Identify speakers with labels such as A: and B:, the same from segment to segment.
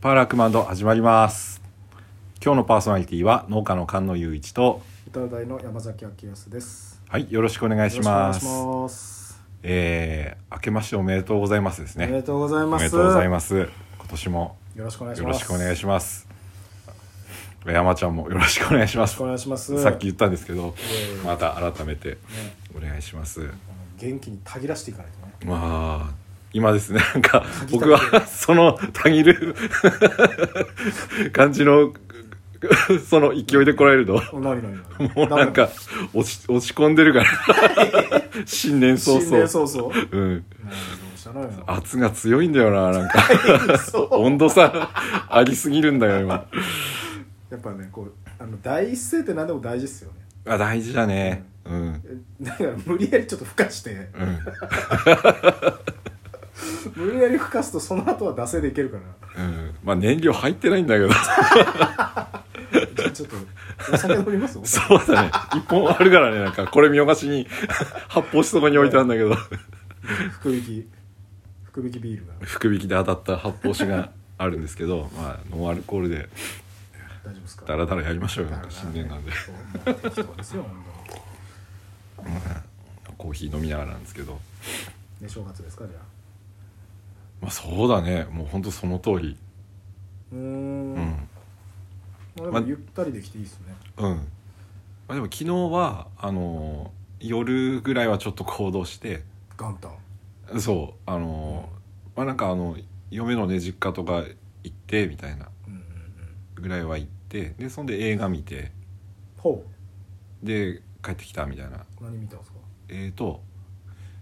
A: パーラークマンド始まります今日のパーソナリティは農家の菅野雄一と
B: 歌大の山崎明康です。
A: はいよろしくお願いします
B: よろしくお願いします。
A: えー、明けましておめでとうございますです
B: おめで
A: ね
B: とうござい
A: お
B: ます。
A: めでとうございます今年も
B: よろしくお願いし
A: よ
B: ま
A: ろ
B: す。
A: しくお願い
B: よ
A: します山ちゃんもよろしくお願いしま
B: ろし
A: す
B: くお願いします。
A: さっき言ったんですけど
B: えいえ
A: また改めて
B: ね、
A: お願いします
B: あの元気にたぎらしていかないとね。
A: まあ今ですねなんか
B: ぎ
A: 僕はそのたぎる 感じの その勢いで来られると
B: おなになに
A: もうなんか落ち落ち込んでるから新年早
B: 新年
A: 々
B: 早々。ね
A: うん
B: えどうしたのよ。
A: 圧が強いんだよななんか
B: そう。
A: 温度差ありすぎるんだよ今
B: やっぱね、こうあの第一声って何でも大事ですよね。
A: あ大事だねうん
B: えだから無理やりちょっとふかして、
A: うん
B: 無理やりふかすとその後は惰性でいけるから。
A: うんまあ燃料入ってないんだけど
B: じゃあちょっとお酒飲みます。
A: そうだね一本あるからねなんかこれ見逃しに発泡しそばに置いたんだけど
B: 福引き福引きビールが
A: 福引きで当たった発泡酒があるんですけどまあノンアルコールで
B: 大丈夫ですか。
A: ダラダラやりましょうよ
B: だ
A: な
B: か
A: ん
B: ら
A: か新年なんで
B: そうもう適当ですよ本
A: コーヒー飲みながらなんですけど
B: 当ね正月ですかじゃあ
A: まあそうだねもうほんとその通り
B: うーん
A: うん
B: まあ、で
A: ま
B: もゆったりできていいですね、
A: うん、まあ、でも昨日はあのー夜ぐらいはちょっと行動して
B: 元旦
A: そうあのーまあなんかあの嫁のね実家とか行ってみたいな
B: うんうんうん
A: ぐらいは行ってでそんで映画見て
B: ほ
A: で帰ってきたみたいな
B: う何見たんですか
A: えーと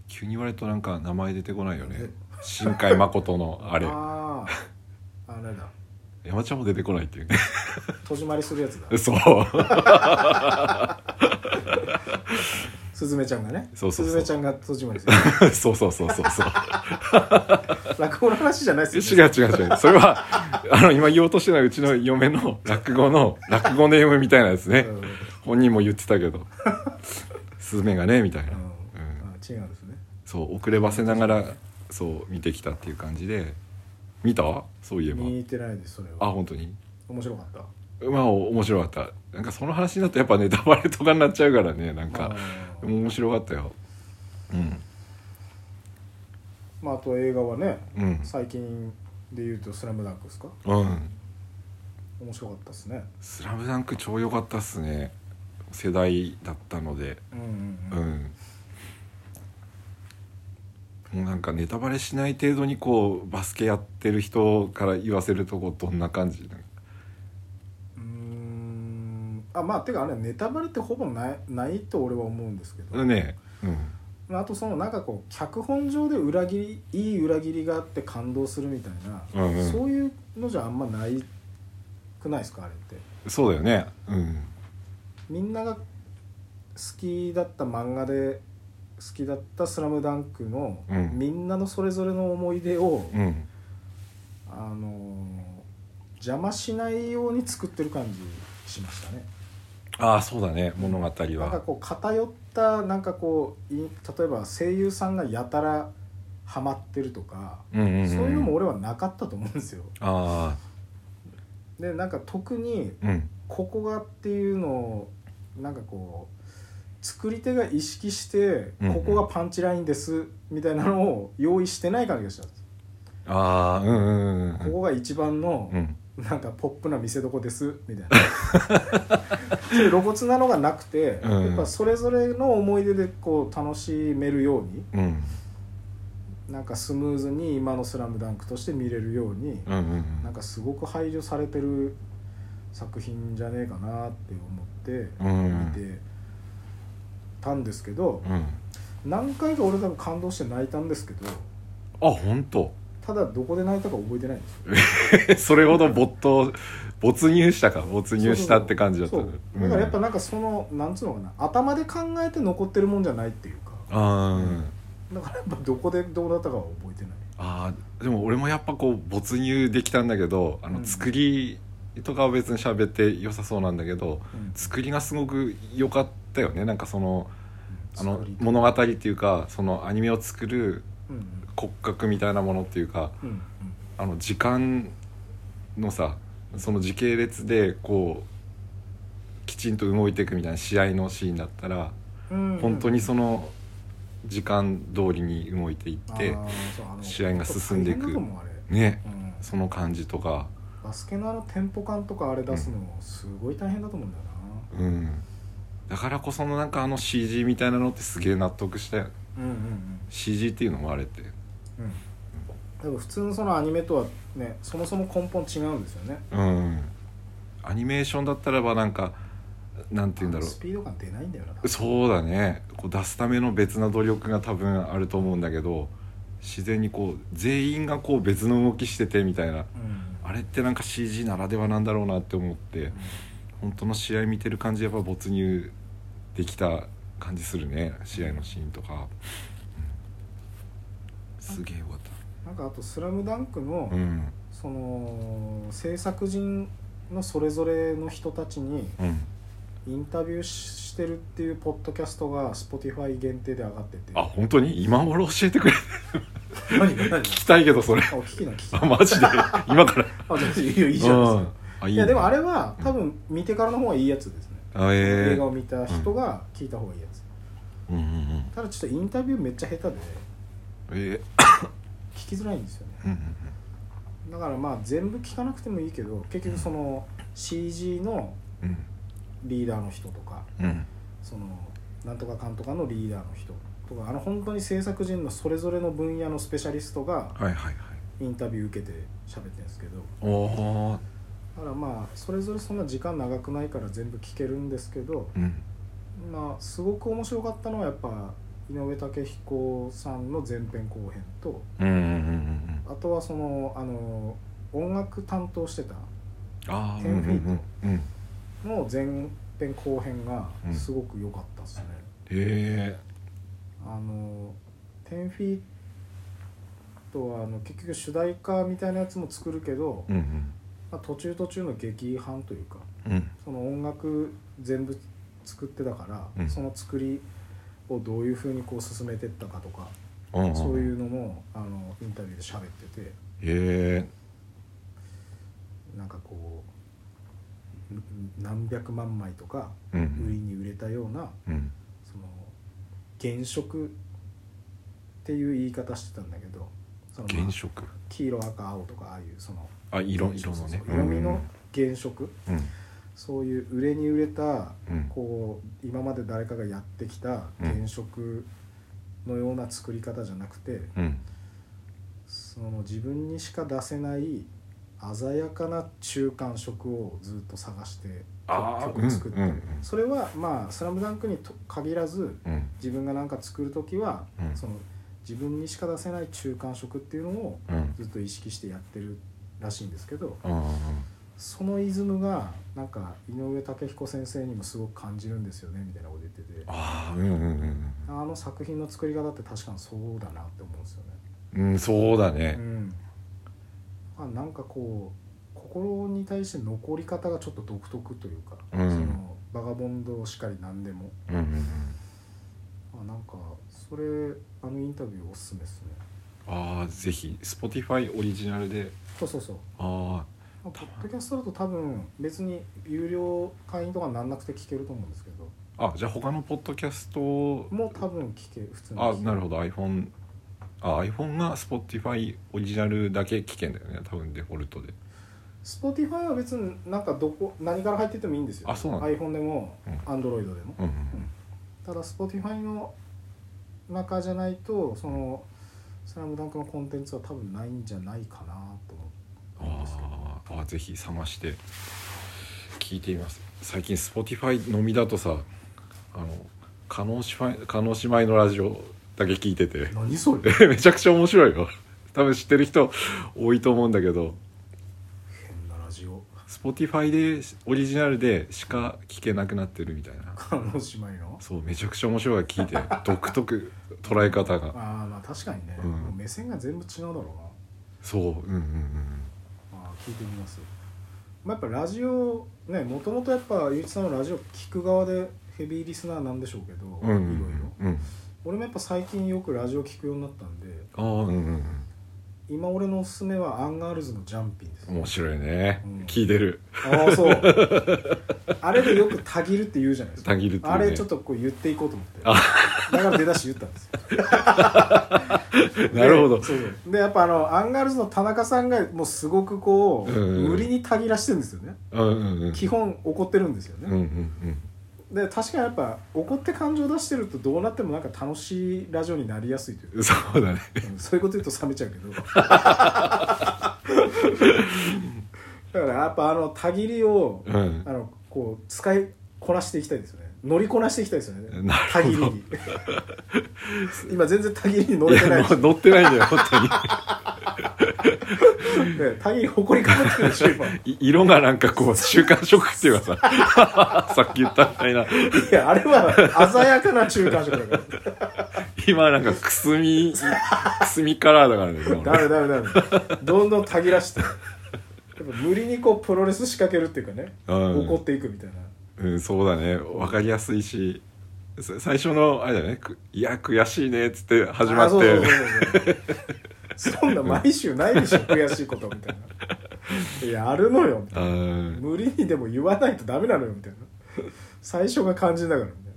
A: 急に言われるとなんか名前出てこないよね新海誠のあ れ
B: あああれだ
A: 山ちゃんも出てこないっていう
B: 戸締まりするやつだ
A: ね そう
B: すずめちゃんがね
A: そうそうそう
B: すずめちゃんが戸締ま りする
A: そうそうそうそうそう
B: 落語の話じゃない
A: 違う
B: ですよね
A: 違う違うそれは あの今言おうとしてないうちの嫁の落語の落語ネームみたいなですね
B: うんうん
A: 本人も言ってたけど「スズメがね」みたいな、うん
B: あ違うんですね
A: そう遅ればせながらそう見てきたっていう感じで見たそういえば
B: 見てないですそれ
A: あ
B: は
A: 本当に
B: 面白かった
A: まあお面白かったなんかその話になるとやっぱネタバレとかになっちゃうからねなん
B: あ
A: か
B: ー
A: 面白かったようん
B: まああと映画はね
A: うん
B: 最近で言うと「スラムダンクですか
A: うん
B: 面白かったですね
A: 「スラムダンク超良かったっすね世代だったので
B: うん
A: う
B: うんうん、
A: ん、もうなんかネタバレしない程度にこうバスケやってる人から言わせるとこどんな感じなんか
B: うーんあまあてかあれネタバレってほぼないないと俺は思うんですけど、
A: ねえ
B: あとそのなんかこう脚本上で裏切りいい裏切りがあって感動するみたいな、
A: うんうん
B: そういうのじゃあんまないくないですかあれって
A: うんそうだよねうん
B: みんなが好きだった漫画で好きだった「スラムダンクの、
A: うん
B: みんなのそれぞれの思い出を、
A: うん
B: あのー邪魔しないように作ってる感じしましたね
A: ああそうだね物語
B: なんか
A: は
B: こう偏ったなんかこうい例えば声優さんがやたらハマってるとか、
A: うんうんうん
B: そういうのも俺はなかったと思うんですよ
A: あ
B: でなんか特に
A: あうん
B: ここがっていうのをなんかこう作り手が意識して
A: うんうん
B: ここがパンチラインですみたいなのを用意してない感じがしたんです
A: ああうんうんう
B: こ
A: ん
B: こが一番の
A: うん
B: なんかポップな見せどこですみたいな そういう露骨なのがなくて、
A: うん
B: やっぱそれぞれの思い出でこう楽しめるように
A: うん
B: なんかスムーズに今の「スラムダンクとして見れるように、
A: うんうん
B: なんかすごく排除されてる作品じゃねえかなって思って
A: うん
B: 見てたんですけど、
A: うん
B: 何回か俺多分感動して泣いたんですけど
A: あ本当
B: ただどこで泣いたか覚えてないんですよ
A: それほど没頭没入したか没入したって感じだった
B: そうだからやっぱなんかその、なんつうのかな頭で考えて残ってるもんじゃないっていうか
A: ああー、うん
B: だからやっぱどこでどうだったかは覚えてない
A: あーでも俺もやっぱこう没入できたんだけどあ
B: う
A: の
B: ん
A: 作りとかは別に喋って良さそうなんだけど、作りがすごく良かったよねなんかそのあの
B: 作りと
A: 物語っていうかそのアニメを作る
B: うんうん
A: 骨格みたいなものっていうか
B: うんうん
A: あの時間のさその時系列でこうきちんと動いていくみたいな試合のシーンだったら
B: うん
A: 本当にその時間通りに動いていって
B: あーそうあの
A: 試合が進んでいく
B: 大変だと思うあれ
A: ね
B: うん
A: その感じとか
B: バスケのあのテンポ感とかあれ出すのすごい大変だと思うんだよ
A: うんだからこそのなんかあの CG みたいなのってすげえ納得したよ
B: なうんうん
A: CG っていうのもあれって
B: うんうんでも普通のそのアニメとはねそもそも根本違うんですよね
A: うんアニメーションだったらばなんかなんて言うんだろ
B: スピード感出ないんだよな多
A: う
B: 分
A: そうだねこう出すための別な努力が多分あると思うんだけど自然にこう全員がこう別の動きしててみたいな
B: うん
A: あれってなんか CG ならではなんだろうなって思って本当の試合見てる感じやっぱ没入できた感じするね試合のシーンとか、うんすげえよかっ
B: なんかあと「スラムダンクの、
A: たうん
B: その制作人のそれぞれの人たちに
A: うん
B: インタビューししてるっていうポッドキャストが Spotify 限定で上がってて
A: あ本当に今頃教えてくれ
B: 何何あ
A: 聞きたいけどそれ
B: お聞きな聞きな
A: あマジで今から
B: あじゃあいいよいいじゃないですか
A: うんあいい
B: い
A: ね
B: やでもあれは多分見てからの方がいいやつですね、
A: あええ
B: 映画を見た人が聞いた方がいいやつ、
A: うんうんうん
B: ただちょっとインタビューめっちゃ下手で
A: え
B: 聞きづらいんですよね
A: えうんうん
B: だからまあ全部聞かなくてもいいけど結局その CG の
A: うん
B: リーダーの人とか
A: うんうん
B: そのなんとかかんとかのリーダーの人とかあの本当に制作人のそれぞれの分野のスペシャリストが
A: はいはいはい
B: インタビュー受けて喋ってるんですけど
A: おお
B: だからまあそれぞれそんな時間長くないから全部聞けるんですけど
A: うん
B: まあすごく面白かったのはやっぱ井上武彦さんの前編後編と
A: うんうんうんうん
B: あとはそのあの音楽担当してた
A: ああうんうんうんうん
B: の前編後編が
A: うん
B: すごく良かったですね、
A: え
B: あの10フィートはあの結局主題歌みたいなやつも作るけど、
A: えうんうん
B: まあ、途中途中の劇伴というか
A: うん
B: その音楽全部作ってたから、
A: うん
B: その作りをどういうふうにこう進めてったかとか、
A: うんん
B: そういうのもあのインタビューで喋ってて
A: え
B: なんかこううん何百万枚とか
A: えうんう
B: 売り
A: ん
B: に売れたような、
A: うん
B: その原色っていう言い方してたんだけどそのまあ
A: 原色
B: 黄色赤青とかああいうその
A: あ色
B: そう
A: 色
B: そ
A: の
B: うそう
A: ね
B: 色味の原色
A: うん
B: そういう売れに売れた
A: うん
B: こう今まで誰かがやってきた原色のような作り方じゃなくて
A: うん
B: その自分にしか出せない鮮やかな中間色をずっと探して
A: あー
B: 曲を作って
A: うんうんうん
B: それはまあ「スラムダンクにと限らず
A: うん
B: 自分が何か作る時は、
A: うん
B: その自分にしか出せない中間色っていうのを
A: うん
B: ずっと意識してやってるらしいんですけど
A: うんうん
B: そのイズムがなんか井上武彦先生にもすごく感じるんですよねみたいなこと言ってて
A: ああうんうんうん
B: あの作品の作り方って確かにそうだなって思うんですよね。
A: うんうんそうだ
B: う
A: ね
B: ん、あなんかこう心に対して残り方がちょっと独特というか、
A: うん
B: そのバガボンドしかり何でも
A: うんうんうん
B: あなんかそれあのインタビューおすすめですね。
A: ああぜひ Spotify オリジナルで
B: そうそうそう
A: あ
B: まあポッドキャストだと多分別に有料会員とかになんなくて聞けると思うんですけど
A: ああじゃあ他のポッドキャスト
B: もう多分聞け普通に聞
A: あ
B: け
A: なるほど iPhone あ iPhone が Spotify オリジナルだけ聞けんだよね多分デフォルトで
B: Spotify は別になんかどこ何から入っててもいいんですよ
A: あそうなんだ
B: iPhone でも
A: うん
B: Android でも、
A: うん
B: ただ Spotify の中じゃないとその「スラムダンクのコンテンツは多分ないんじゃないかなと思うん
A: あ
B: ですけど
A: ーあぜひ探して聞いてみます最近 Spotify のみだとさあの加納姉妹加納姉妹のラジオだけ聞いてて
B: 何それ
A: めちゃくちゃ面白いよ多分知ってる人多いと思うんだけど
B: 変なラジオ
A: Spotify でオリジナルでしか聞けなくなってるみたいな
B: あの姉妹の
A: そうめちゃくちゃ面白いから聞いて 独特捉え方が
B: ああまあ確かにね、
A: うん
B: もう目線が全部違うだろうな
A: そううんうんうん
B: あー聞いてみます、まあ、やっぱラジオねもともとやっぱゆういちさんのラジオ聞く側でヘビーリスナーなんでしょうけど、
A: うんう
B: いろい
A: ん
B: ろ
A: うんうん
B: 俺もやっぱ最近よくラジオ聞くようになったんで
A: ああうんうんうん
B: 今俺のおすすめはアンガールズのジャンピンです、
A: 面白いね、
B: うん
A: 聞いてる
B: ああそうあれでよく「たぎる」って言うじゃないですか
A: たぎるっていうね
B: あれちょっとこう言っていこうと思ってだから出だし言ったんですよ
A: なるほど
B: でそうそうでやっぱあのアンガールズの田中さんがもうすごくこ
A: う
B: う、
A: んうん
B: 無理にたぎらしてるんですよね
A: うんうんうん
B: 基本怒ってるんですよ
A: うんう
B: ね、
A: ん
B: で確かにやっぱ怒って感情出してるとどうなってもなんか楽しいラジオになりやすいというか
A: うんそうだね
B: うんそういうこと言うと冷めちゃうけ どだからやっぱあのたぎりを
A: うん
B: あのこう使いこなしていきたいですよね乗りこなしていきたいですよね
A: なるほど
B: たぎりに今全然たぎりに乗れてない
A: やもう乗ってないんだよ本当に
B: ねたぎり誇りかぶってるでしょ今い
A: い色がなんかこう中間色っていうかさ さっき言ったみたいな
B: やあれは鮮やかな中間色だから
A: 今なんかくすみくすみカラーだからね今
B: ダ
A: 俺
B: メダメダメどんどんたぎらしてやっぱ無理にこうプロレス仕掛けるっていうかね、
A: うん
B: 怒っていくみたいな
A: うん、そうだね分かりやすいしさ最初のあれだよねく「いや悔しいね」っつって始ま
B: あ
A: っ
B: そうそ
A: て
B: うそうそうそんな毎週ないでしょ悔しいことみたいないやあるのよみたいな
A: うん
B: 無理にでも言わないとダメなのよみたいな最初が肝心だからみたいな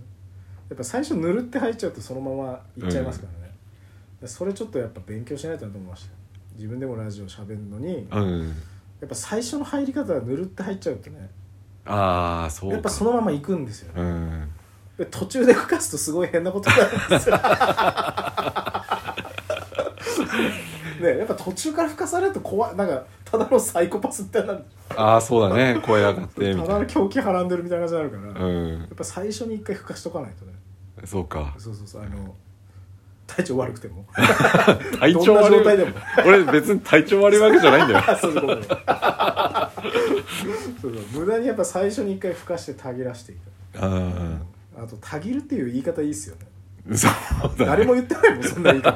B: やっぱ最初ぬるって入っちゃうとそのままいっちゃいますからね、それちょっとやっぱ勉強しないとなと思いましたよ自分でもラジオ喋るのにや
A: うん
B: っぱ最初の入り方はぬるって入っちゃうとね
A: ああそうか
B: やっぱそのまま行くんですよね
A: うん
B: で途中で吹かすとすごい変なことになるんですよ ねやっぱ途中から吹かされると怖いなんかただのサイコパスみたいになる
A: ああそうだね声上がってみた
B: ただ
A: い
B: の狂気はらんでるみたいな感じになるか
A: な
B: ら、
A: うん
B: やっぱ最初に一回ふかしとかないとね
A: そうか
B: そうそうそうあの体調悪くても
A: 体調悪
B: どんな状態で
A: い
B: も
A: 俺別に体調悪いわけじゃないんだ よ
B: あ そうそうごめんそうそう無駄にやっぱ最初に一回ふかしてたぎらしていく
A: うん
B: あとたぎるっていう言い方いいっすよね
A: そうだ
B: 誰も言ってないもんそんな言い方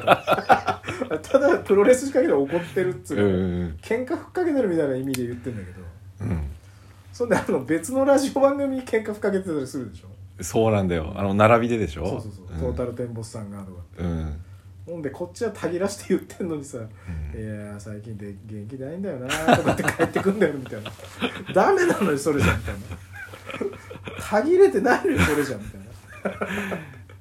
B: ただプロレス仕掛けで怒ってるっつ
A: う
B: うか、
A: んうん
B: 喧嘩ふっかけてるみたいな意味で言ってんだけど
A: うん
B: そんであの別のラジオ番組に喧嘩ふっかけてたりするでしょ
A: そうなんだよあの並びででしょ
B: そうそうそう、
A: ん
B: トータルテンボスさんがとかって
A: うん
B: ほんでこっちはたぎらして言ってんのにさ「いやー最近で元気ないんだよな」とかって帰ってくんだよみたいな「ダメなのよそれじゃ」みたいな「たぎれてないのよそれじゃ」みたい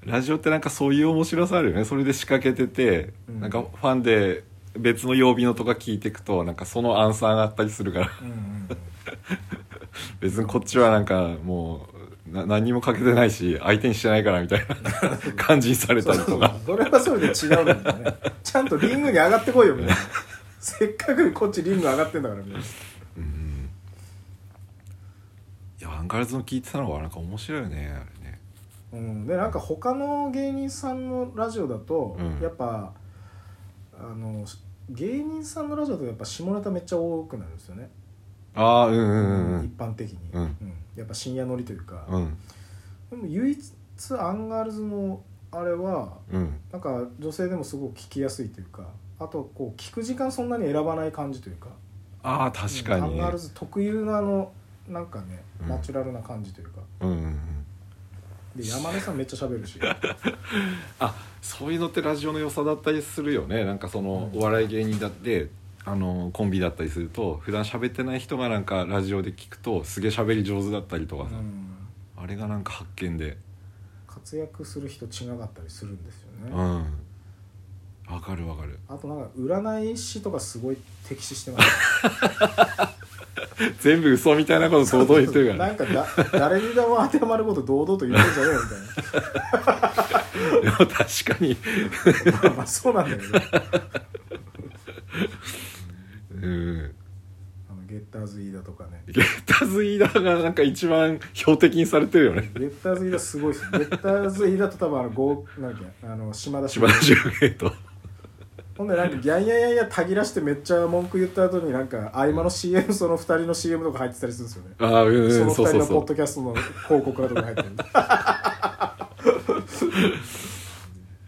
B: な
A: ラジオってなんかそういう面白さあるよねそれで仕掛けてて、
B: うん
A: なんかファンで別の曜日のとか聞いていくとなんかそのアンサーがあったりするから
B: うん
A: 別にこっちはなんかもうな何にもかけてないし相手にしてないからみた いな感じにされ
B: そ
A: た
B: う
A: り
B: そう
A: と
B: そ
A: か
B: うそれはそれで違うんだよねちゃんとリングに上がってこいよみたいなせっかくこっちリング上がってんだからみたいな
A: いやアンガールズの聞いてたのはなんか面白いよねあれね
B: うん、でなんか他の芸人さんのラジオだと、
A: うん
B: やっぱあの芸人さんのラジオだとやっぱ下ネタめっちゃ多くなるんですよね
A: ああうんうんうん
B: 一般的に、
A: うん
B: やっぱ深夜乗りというか、
A: うん
B: でも唯一アンガールズのあれは
A: うん
B: なんか女性でもすごく聞きやすいというかあとこう聞く時間そんなに選ばない感じというか
A: ああ確か
B: うんア
A: に
B: ン
A: ね
B: ガールズ特有のあのなんかね、
A: うん
B: ナチュラルな感じというか
A: うんうんうん
B: で山根さんめっちゃ喋 るし
A: あそういうのってラジオの良さだったりするよねなんかその
B: うん
A: お笑い芸人だってあのコンビだったりすると普段喋ってない人がなんかラジオで聞くとすげえ喋り上手だったりと
B: う
A: かさ、
B: ん
A: あれがなんか発見で
B: 活躍する人違かったりするんですよ
A: う
B: ね、
A: んわかるわかる
B: あとなんか占い師とかすごい敵視してます
A: 全部嘘みたいなこと堂々言ってるから
B: な
A: ね
B: んかだ誰にでも当てはまること堂々と言ってんじゃねえよ みたいな
A: でも確かに、
B: ま あまあそうなんだけど
A: うん、
B: あのゲッターズ・イーダとかね
A: ゲッターズイーダーがなんか一番標的にされてるよね
B: ゲッターズ・イーダすごいですゲッターズ・イーダと多分あのゴーなんだっけあの島田
A: 島 田秀平と
B: ほんでなんかギャンやンやンやたぎらしてめっちゃ文句言った後になんか合間の CM その2人の CM とか入ってたりするんですよね
A: ああうんうんそ
B: そうの
A: そう
B: 2人の
A: そ
B: ポ
A: う
B: ッドキャストの広告がとか 入ってる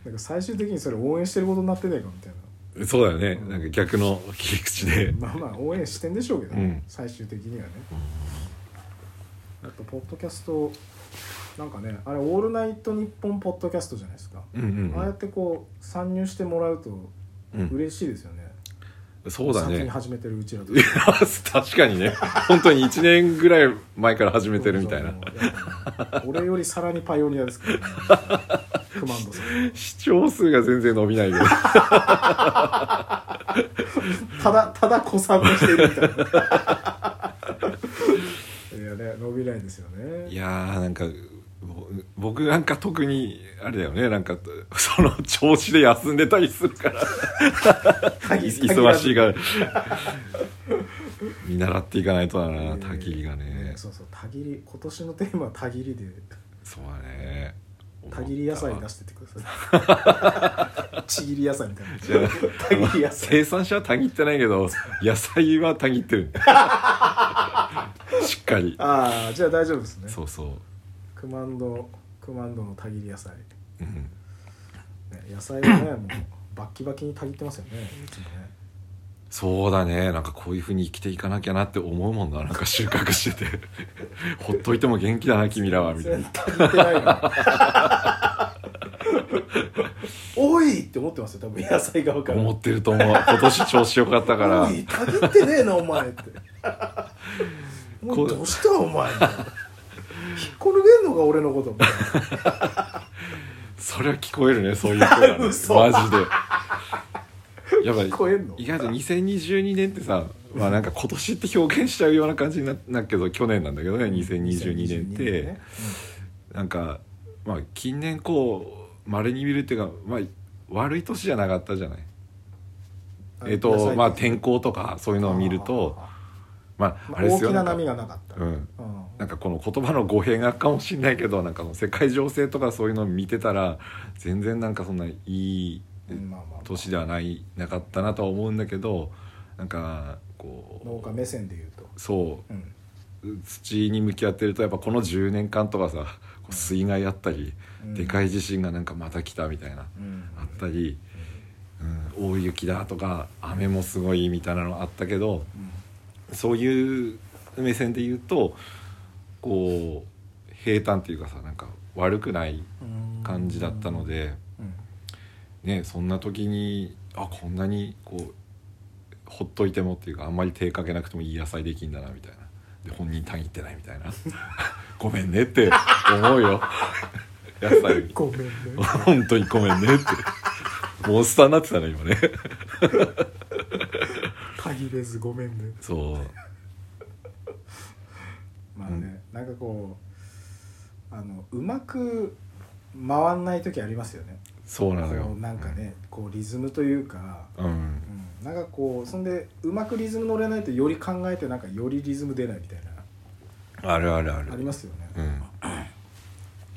B: なんか最終的にそれ応援してることになってねえかみたいな
A: そうだよねなんか逆の切り口で
B: まあまあ応援してんでしょうけど、
A: うん
B: 最終的にはね、やっぱポッドキャストなんかねあれ「オールナイトニッポン」ポッドキャストじゃないですか、
A: うんうんう
B: ああやっ
A: ん
B: てこう参入してもらうと
A: うん
B: 嬉しいですよね、
A: そうだ
B: 先に
A: ね
B: 始めてるうちらと
A: いや 確かにね本当に1年ぐらい前から始めてるみたいな
B: 俺よりさらにパイオニアですから、ね、クマンドさん
A: 視聴数が全然伸びない けど
B: ただただ小散歩してるみた いないやね伸びないですよね
A: いやーなんかぼ僕なんか特にあれだよねなんかその調子で休んでたりするから
B: 限
A: 忙しい から見習っていかないとだ
B: 限ら
A: な
B: ず
A: たきりがね
B: ねそうそうたぎり今年のテーマはたぎりで
A: そうだね
B: たぎり野菜出
A: し
B: してってくださ いちぎり野菜みたい なたぎり野菜
A: 生産者はたぎってないけ ど野菜はたぎってるしっかり
B: ああじゃあ大丈夫ですね
A: そうそ
B: クマンドクマンドのたぎり野菜、ね、
A: う、うん、
B: 野菜はねもうバッキバキにたぎってますよねいつもね
A: そうだねなんかこういうふうに生きていかなきゃなって思うもんだなんか収穫しててほっといても元気だな君らはみたいな
B: 全然足りてない なおいって思ってますよ多分野菜側から
A: 思ってると思う今年調子良かったから
B: おいたぎってねえなお前って もうどうしたお前引っこ抜けんのか俺のこ とみたい
A: それは聞こえるねそういう声がねマジ
B: 嘘
A: でやっぱ
B: な聞こえんの
A: 意外と2022年ってさまあなんか今年って表現しちゃうような感じにななるけど去年なんだけどね2022年って
B: 2022ね
A: なんかまあ近年こうまれに見るっていうかまあ悪い年じゃなかったじゃない
B: うん
A: えっ、
B: 野菜
A: と
B: 的
A: まあ天候とかそういうのを見るとまあ
B: ま
A: あ
B: あ
A: れで
B: 大
A: す
B: き
A: よな
B: な
A: んか
B: 波がなかった
A: うん
B: うん
A: なんかこの言葉の語弊があるかもしれないけどなんかあの世界情勢とかそういうのを見てたら全然なんかそんないい
B: うんまあまあ
A: 年ではないなかったなとは思うんだけどなんか
B: 農
A: こ
B: 家目線で言うと
A: うそ
B: うん
A: う土に向き合ってるとやっぱこの10年間とかさこう水害あったり、
B: うん
A: でかい地震がなんかまた来たみたいな、
B: うん
A: あったり、うん、大雪だとか雨もすごいみたいなのあったけどそういう目線で言うとこう平坦っていうかさなんか悪くない
B: うん
A: 感じだったので、
B: うん
A: ね、そんな時にあこんなにこうほっといてもっていうかあんまり手かけなくてもいい野菜できんだなみたいなで本人たぎってないみたいな ごめんねって思うよ 野菜 に
B: ごめんね
A: 本当にごめんねってモンスターになってたね今ね
B: たぎれずごめんね
A: そう
B: まあね、なんかこうあのうまく回んない時ありますよね
A: そうなのよ
B: こうなんかねこうリズムというか、
A: うん
B: うん、なんかこうそんでうまくリズム乗れないとより考えてなんかよりリズム出ないみたいな
A: あるあるあ
B: あ
A: る
B: りますよね
A: う、ん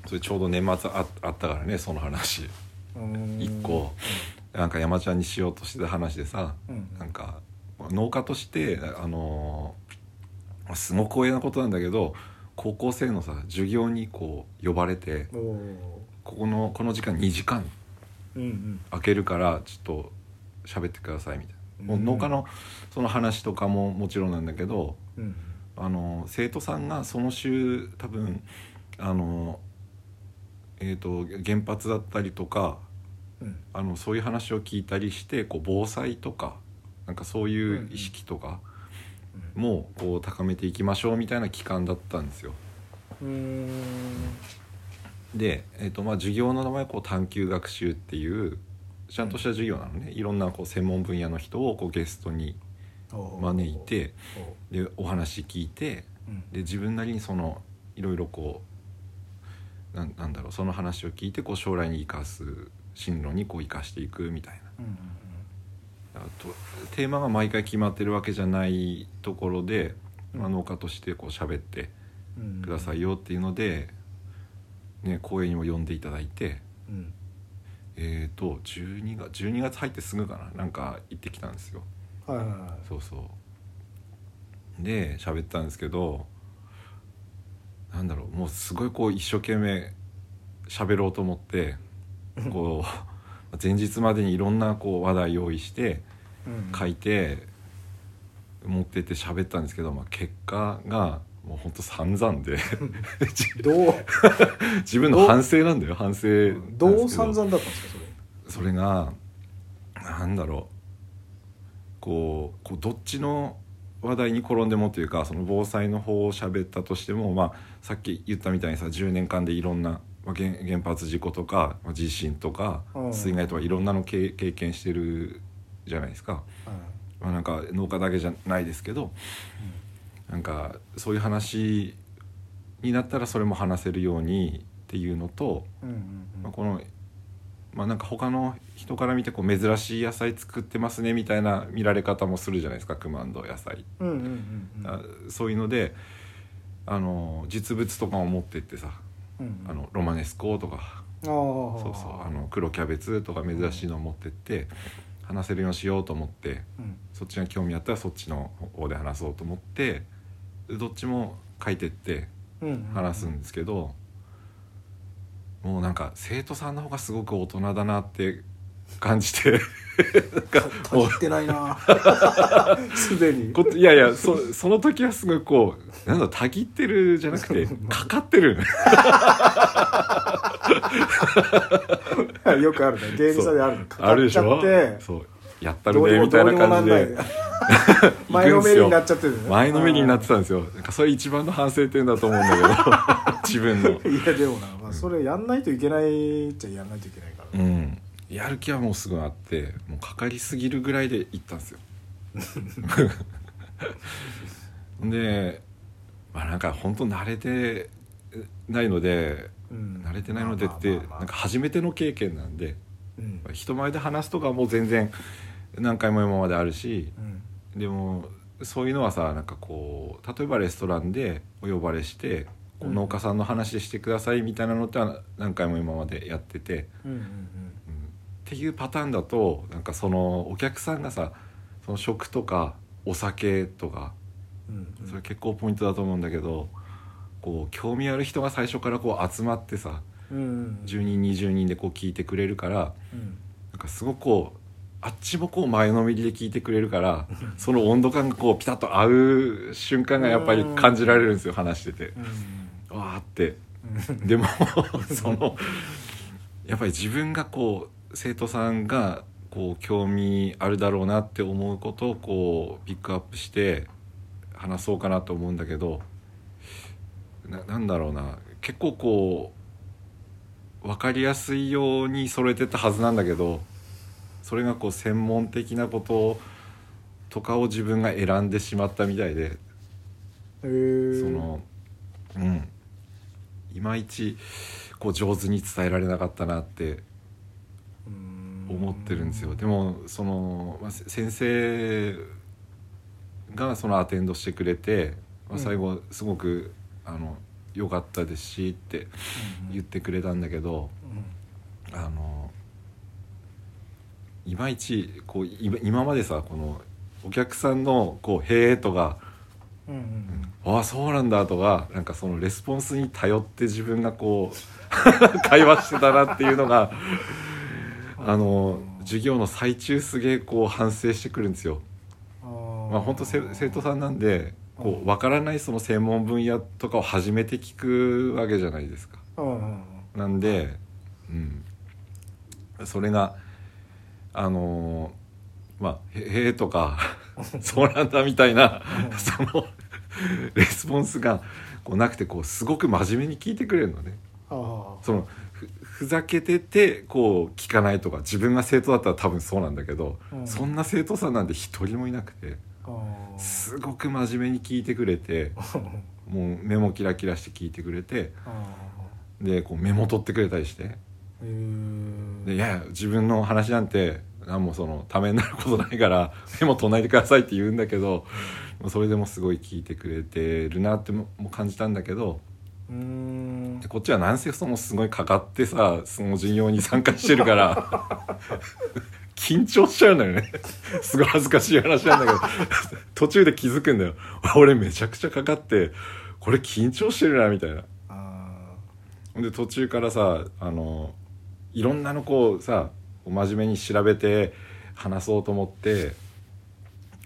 A: それちょうど年末ああったからねその話
B: うん、
A: 一個なんか山ちゃんにしようとしてた話でさ
B: うん
A: なんか農家としてあのーすごく光栄なことなんだけど高校生のさ授業にこう呼ばれて
B: おー
A: ここのこの時間2時間
B: うんうん
A: 開けるからちょっと喋ってくださいみたいな、
B: うん
A: もう農家のその話とかももちろんなんだけど
B: うん
A: あの生徒さんがその週多分あの、えー、と原発だったりとか
B: うん
A: あのそういう話を聞いたりしてこう防災とかなんかそういう意識とか
B: うん
A: もこう高めていきましょうみたいな期間だったんですよ。
B: うーん
A: で、えーとまあ、授業の名前はこう探究学習っていうちゃんとした授業なのね、いろんなこう専門分野の人をこうゲストに
B: おー
A: 招いて
B: おー
A: でお話聞いて
B: うん
A: で自分なりにそのいろいろこうなんなんだろうその話を聞いてこう将来に生かす進路にこう生かしていくみたい
B: うんうん
A: なあとテーマが毎回決まってるわけじゃないところで、まあ、
B: うん
A: 農家としてこう喋って
B: うんうん
A: くださいよっていうので、ね、公演にも呼んでいただいて。
B: うん
A: えー、と12月12月入ってすぐかななんか行ってきたんですよ
B: はいはいはい
A: そうそうで喋ったんですけどなんだろうもうすごいこう一生懸命喋ろうと思ってこう前日までにいろんなこう話題用意して
B: うん
A: 書いて持ってって喋ったんですけど、まあ、結果がもうほんと散々で
B: どう
A: 自分の反省なんだよ反省なんですけ
B: どう散々だったんですかそれ
A: それがなんだろうこうこうどっちの話題に転んでもというかその防災の方を喋ったとしても、まあ、さっき言ったみたいにさ10年間でいろんな、まあ、原原発事故とか、まあ、地震とか
B: うん
A: 水害とかいろんなの経経験してるじゃないですか。まあ、なんか農家だけじゃないですけど、なんかそういう話になったらそれも話せるようにっていうのと、
B: うんうんう
A: まあ、
B: ん
A: この、まあ、なんか他の人から見てこう珍しい野菜作ってますねみたいな見られ方もするじゃないですか熊戸野菜、
B: うんうんうんうん
A: あそういうのであの実物とかを持ってってさ
B: うんうん
A: あのロマネスコとか
B: あー
A: そうそうあの黒キャベツとか珍しいのを持ってって話せるようにしようと思って。
B: うん
A: そっちが興味あったらそっちの方で話そうと思ってどっちも書いてって
B: うんうん
A: 話すんですけど、もうなんか生徒さんの方がすごく大人だなって感じて
B: 足りてないな すでに
A: こいやいやそその時はすごいこうなんだたぎってるじゃなく てかかってる
B: よくあるね芸人さんであるのかか
A: ある
B: っ
A: でし
B: ちゃ
A: ょ
B: って
A: そうやった
B: ど
A: る
B: うに
A: ね
B: も
A: み
B: ど
A: た
B: う
A: い
B: に
A: な
B: もな
A: 感
B: ん
A: じ
B: ない
A: で
B: 前のめりになっちゃってるね
A: 前のめりになってたんですよなんかそれ一番の反省点だと思うん だけど自分の
B: いやでもな、まあ、それやんないといけないっちゃやんないといけないから
A: う、ん、やる気はもうすぐあってもうかかりすぎるぐらいで行ったん ですよでまあなんか本当慣れてないので
B: うん
A: 慣れてないのでって
B: まあまあまあまあ
A: なんか初めての経験なんで
B: うん
A: 人前で話すとかはもう全然何回も今まであるしでもそういうのはさなんかこう例えばレストランでお呼ばれして、こう
B: うん
A: 農家さんの話でしてくださいみたいなのって何回も今までやってて。
B: うんうんうん
A: うんっていうパターンだとなんかそのお客さんがさその食とかお酒とか
B: うんうん
A: それ結構ポイントだと思うんだけど、こう興味ある人が最初からこう集まってさ
B: うんうん
A: 10人20人でこう聞いてくれるから
B: うん
A: なんかすごくこうあっちもこう前のめりで聞いてくれる からその温度感がこうピタッと合う瞬間がやっぱり感じられるんですよ話してて。
B: うん
A: わーって でもそのやっぱり自分がこう生徒さんがこう興味あるだろうなって思うことをこうピックアップして話そうかなと思うんだけどななんだろうな結構こう分かりやすいように揃えてったはずなんだけどそれがこう専門的なこととかを自分が選んでしまったみたいで
B: へー
A: そのうんいまいちこう上手に伝えられなかったなって
B: うん
A: 思ってるんですよでもその、まあ、せ先生がそのアテンドしてくれて、まあ、
B: うん
A: 最後すごく、あの良かったですしって言ってくれたんだけど、あのいまいちこう今今までさこのお客さんのこう「へえ」とか
B: うんうんうん
A: ああそうなんだとかなんかそのレスポンスに頼って自分がこう 会話してたなっていうのがあの授業の最中すげえこう反省してくるんですよ。
B: あ
A: まあ本当せ生徒さんなんでこう分からないその専門分野とかを初めて聞くわけじゃないですか。
B: んうんうん
A: なんで、うん、それがあのーまあ「へへえ」とか 「そうなんだ」みたいな
B: う ん
A: そのレスポンスがこうなくてこうすごく真面目に聞いてくれるのね。
B: あ
A: そのふふざけててこう聞かないとか自分が生徒だったら多分そうなんだけど、
B: うん
A: そんな生徒さんなんて一人もいなくて
B: ああ
A: すごく真面目に聞いてくれてもう目もキラキラして聞いてくれて
B: あ
A: でこうメモ取ってくれたりして
B: へー
A: でいやいや自分の話なんて何もそのためになることないから メモ取らないでくださいって言うんだけどもうそれでもすごい聞いてくれてるなってももう感じたんだけど
B: うーん
A: でこっちはなんせそのすごいかかってさその授業に参加してるから 緊張しちゃうのよね すごい恥ずかしい話なんだけど 途中で気づくんだよ俺めちゃくちゃかかってこれ緊張してるなみたいな。
B: あ
A: で途中からさあのいろんなのこうさ真面目に調べて話そうと思って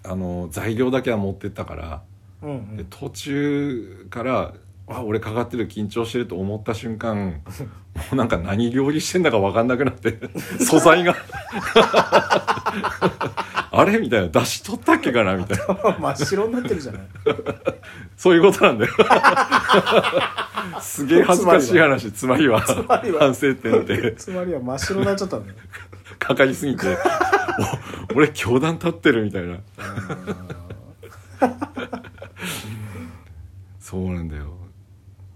A: あの材料だけは持ってったから、
B: ーうんうん
A: で途中から「あ俺かかってる緊張してる」と思った瞬 間もうなんか 何料理してんだか分かんなくなって素材がああれみたいな出し取ったっけかなみたいな
B: 真っ白になってるじゃない
A: そういうことなん だよすげえ恥ずかしい話つまりは
B: まりは
A: 反省点で
B: つまりは真っ白になっちゃったんだよ
A: かかりすぎてお俺教団立ってるみたいなそうなんだよ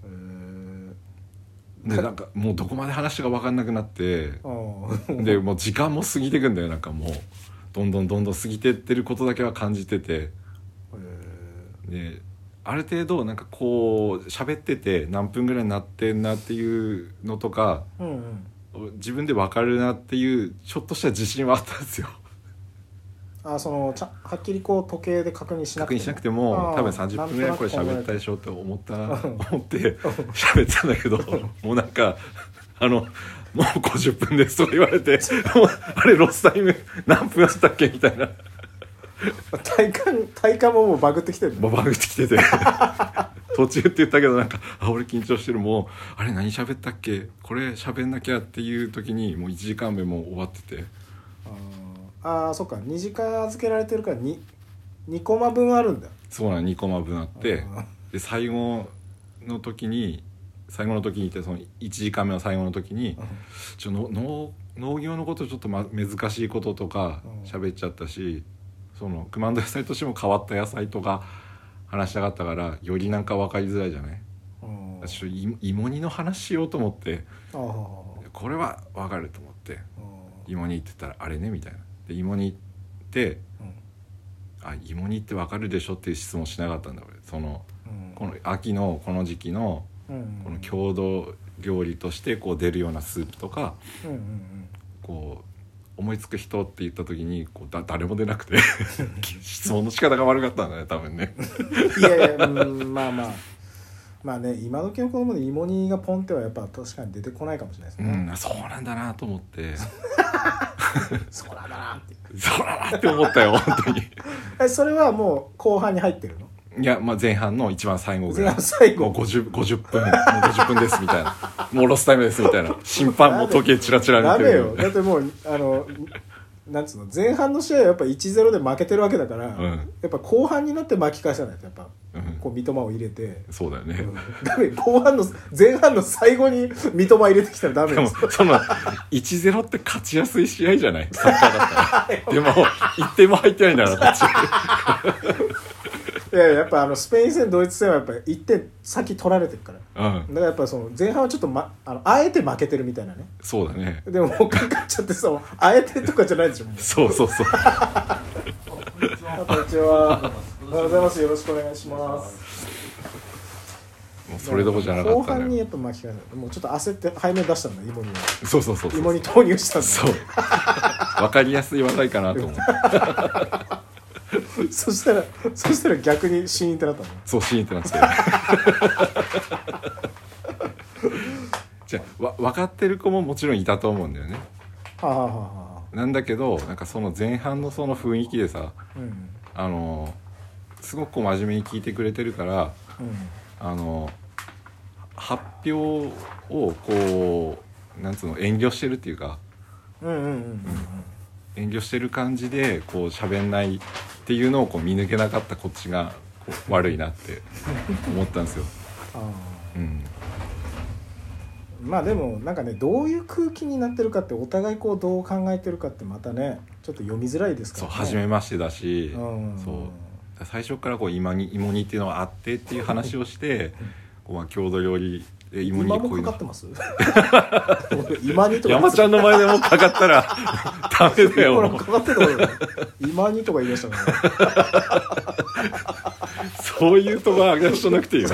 B: え
A: でなんかもうどこまで話が分かんなくなって
B: ー、
A: でもう時間も過ぎてくんだよなんかもうどんどんどんどん過ぎてってることだけは感じててである程度なんかこう喋ってて何分ぐらいになってんなっていうのとか
B: うんうん
A: 自分で分かるなっていうちょっとした自信はあったんですよ
B: あそのちゃんはっきりこう時計で確認しなく
A: 確
B: て
A: 認しなくても
B: あー
A: 多分30分ぐらいこれ喋ったでしょって思った思って喋ってたんだけどもうなんかあのもう50分ですとか言われてもうあれロスタイム何分あったっけみたいな
B: 体感体感ももうバグってきてる
A: ババグってきてて 途中って言ったけどなんかあ俺緊張してるもうあれ何喋ったっけこれ喋んなきゃっていう時にもう1時間目もう終わってて
B: あーあーそっか2時間預けられてるから 2, 2コマ分あるんだ
A: そうなの2コマ分あって
B: あ
A: で最後の時に最後の時にってその1時間目の最後の時にちょの農農業のことちょっと、ま、難しいこととか
B: うん
A: 喋っちゃったしその熊野野菜としても変わった野菜とか話したかったからよりなんか分かりづらいじゃない
B: うんあ
A: 私芋芋煮の話しようと思って
B: ー
A: これは分かると思って
B: うん
A: 芋煮って言ったらあれねみたいなで芋煮ってあ芋煮って分かるでしょっていう質問しなかったんだ俺その
B: うん
A: この秋のこの時期の
B: うん
A: この郷土料理としてこう出るようなスープとか
B: うんうんうん
A: こう思いつく人って言った時にこうだ誰も出なく て質問の仕方が悪かったんだね多分ね
B: いやいや、うん、まあまあ。まあね、今時の子供で芋煮がポンってはやっぱ確かに出てこないかもしれないです
A: う
B: ね。
A: んあそうなんだなと思って
B: そこらだなって。
A: そうだなって思ったよ本当に
B: え、それはもう後半に入ってるの
A: いや、まあ、前半の一番最後ぐらい
B: 前半最後
A: もう 50, 50分もう50分ですみたいなもうロスタイムですみたいな審判も時計チラチラ
B: ダ
A: 見て
B: メ
A: る
B: よ。だってもう、あの、なんつうの、前半の試合はやっぱ1-0で負けてるわけだから、
A: ん
B: やっぱ後半になって巻き返さないと、やっぱ、
A: うん
B: こう、三笘を入れて。
A: そうだよね、
B: うんダメ、後半の、前半の最後に三笘入れてきたらダメ
A: で
B: で
A: も
B: す。
A: その1-0って勝ちやすい試合じゃないサッカーだったらでも1点も入ってないんだからこっち
B: いやいや、やっぱあの、スペイン戦、ドイツ戦はやっぱ1点先取られてるから。
A: うん
B: だからやっぱその前半はちょっと、ま、あのあえて負けてるみたいなね
A: そうだね
B: でももうかかっちゃってさ あえてとかじゃないでしょもう
A: そうそうそう
B: こんにちはおはようございますよろしくお願いします
A: もうそれどころじゃなか
B: 後
A: った
B: 半に
A: ね
B: やっぱ巻き返すもうちょっと焦って背面出したんだ芋には
A: そうそうそうそ
B: 芋
A: う
B: に投入したんだ
A: そう分かりやすい話題かなと思う
B: そしたらそしたら逆にシーンってなったんだ
A: そうシーンってなってたよじゃあわ分かってる子ももちろんいたと思うんだよね
B: はあ、はあはあは
A: なんだけどなんかその前半のその雰囲気でさ
B: あ、うん
A: あのすごくこう真面目に聞いてくれてるから
B: うん
A: あの発表をこうなんつうの遠慮してるっていうか
B: うんうんうんうん
A: 遠慮してる感じでこう喋んないっていうのをこう見抜けなかったこっちがこう悪いなって思ったんですよ。
B: ああ
A: うん、
B: まあでもなんかねどういう空気になってるかってお互いこうどう考えてるかってまたねちょっと読みづらいですか
A: そう
B: ら、ね、
A: 初めましてだし、
B: うん
A: そう最初からこう今に芋煮っていうのがあってっていう話をしてこうまあ郷土料理で芋煮
B: 今
A: こ
B: も
A: うい
B: か
A: う
B: か
A: の
B: ってます 今にとか
A: 山ちゃんの前でもかかった らダメだよ
B: ほら
A: もう
B: かかってたから今にとか言いましたからね
A: そういうとこは上げ出しとなくていいよ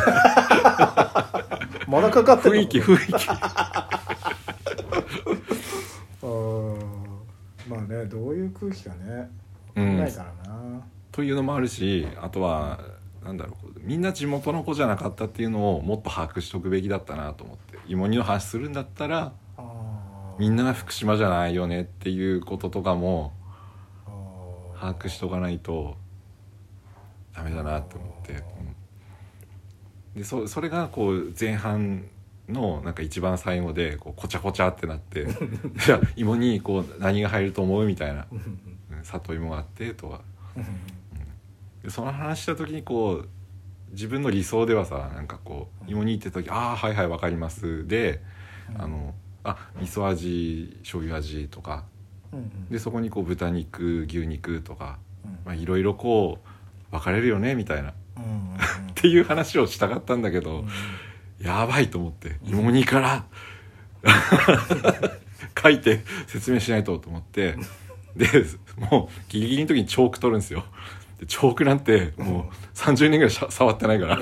B: まだかかってんの
A: 雰囲気雰囲気
B: うーんまあねどういう空気かね、
A: うん
B: ないからな
A: というのもあるしあとはなんだろうみんな地元の子じゃなかったっていうのをもっと把握しとくべきだったなと思って芋煮の話するんだったら
B: あー
A: みんなが福島じゃないよねっていうこととかも
B: あー
A: 把握しとかないとダメだなって思って、うんでそそれがこう前半のなんか一番最後 でこうこちゃこちゃってなってじゃあ芋にこう何が入ると思うみたいな
B: うん
A: うんうん、里芋があってとはでその話した時にこう自分の理想ではさなんかこう芋煮ってた時「ああはいはいわかります」で「あのあ味噌味醤油味」とかでそこにこう豚肉牛肉とかまあいろいろこう分かれるよねみたいなっ
B: うんうんうん
A: ていう話をしたかったんだけ
B: う
A: ど
B: ん
A: やばいと思って
B: うん
A: 芋煮から 書いて説明しないとと思ってでもうギリギリの時にチョーク取るんですよでチョークなんてもう30年ぐらいしゃ触ってないから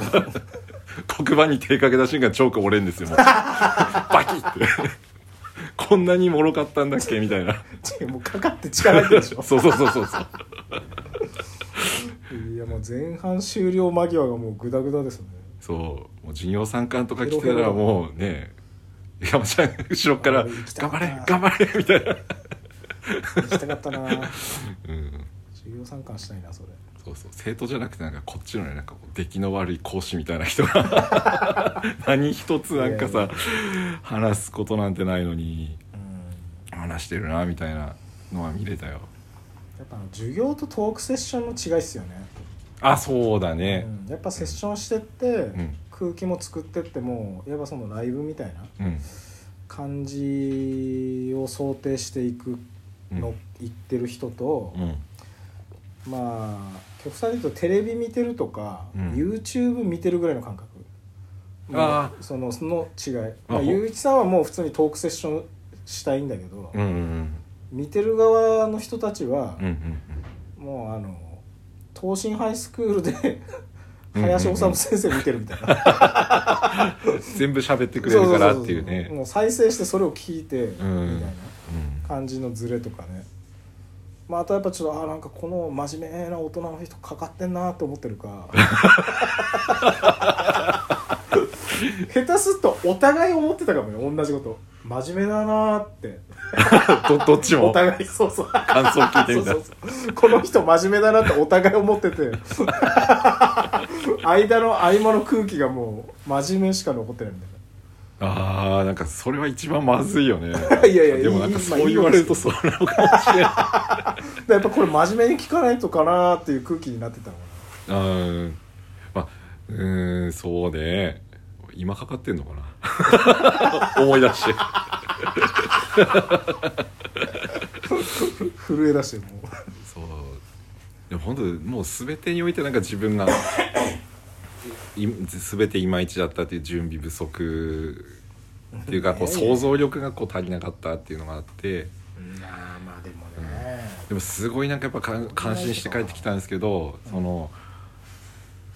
A: 黒板に手かけた瞬間チョーク折れんですよもうバキってこんなにもろかったんだっけみたいな
B: 違うもうかかって力入れてるでしょ
A: そうそうそうそうそう
B: いやもう前半終了間際がもうグダグダですよね
A: そうもう授業参観とか来てたらもうね山ちゃん後ろから
B: あー行
A: 「
B: きた
A: 頑張
B: かった
A: れ頑張れ」みたいな、
B: 行きたかったな
A: うん、
B: 授業参観したいなそれ
A: そうそう生徒じゃなくてなんかこっちのねなんかこう出来の悪い講師みたいな人が 何一つなんか
B: いや
A: さ話すことなんてないのに話してるなみたいなのは見れたよ
B: やっぱあの授業とトークセッションの違いっすよね、
A: あそうだね
B: うん、やっぱセッションしてって、
A: ん
B: 空気も作ってってもやっぱそのライブみたいな
A: うん、
B: 感じを想定していく
A: うん
B: の、言ってる人と、
A: うん
B: まあ極端に言うとテレビ見てるとか、
A: うん
B: YouTube 見てるぐらいの感覚
A: あ
B: そのその違い
A: あ
B: まあ
A: ほ
B: ゆういちさんはもう普通にトークセッションしたいんだけど、
A: うんうん
B: 見てる側の人たちは
A: うんう、ん
B: もうあの東進ハイスクールで
A: うんうんうん
B: 林修先生見てるみたいな
A: うん全部喋ってくれるからっていう
B: そそそそ
A: ね
B: もう再生してそれを聞いてみた
A: うん
B: いな感じのズレとかねまあ、あとやっぱちょっとあーなんかこの真面目な大人の人かかってんなと思ってるか下手すっとお互い思ってたかもね同じこと真面目だなーって
A: うんどどっち
B: お
A: も
B: 互いそうそう
A: 感想聞いて
B: そ
A: み
B: う
A: た
B: そうそうこの人真面目だなってお互い思っ てて間の合間の空気がもう真面目しか残ってないみ
A: ああなんかそれは一番まずいよね
B: いやいや
A: でもなんか
B: いい
A: そう言われるとそうなのかもしれない
B: たいなやっぱこれ真面目に聞かないとかなっていう空気になってたのか
A: うんまあうーんそうね今かかってんのかな 思い出して
B: な震え出してもう
A: そうでも本当もう全てにおいてなんか自分がい全ていまいちだったっていう準備不足っていうかこう
B: いやいや
A: 想像力がこう足りなかったっていうのがあって
B: いやーまあでもね、
A: でもすごいなんかやっぱ感感心して帰ってきたんですけど、その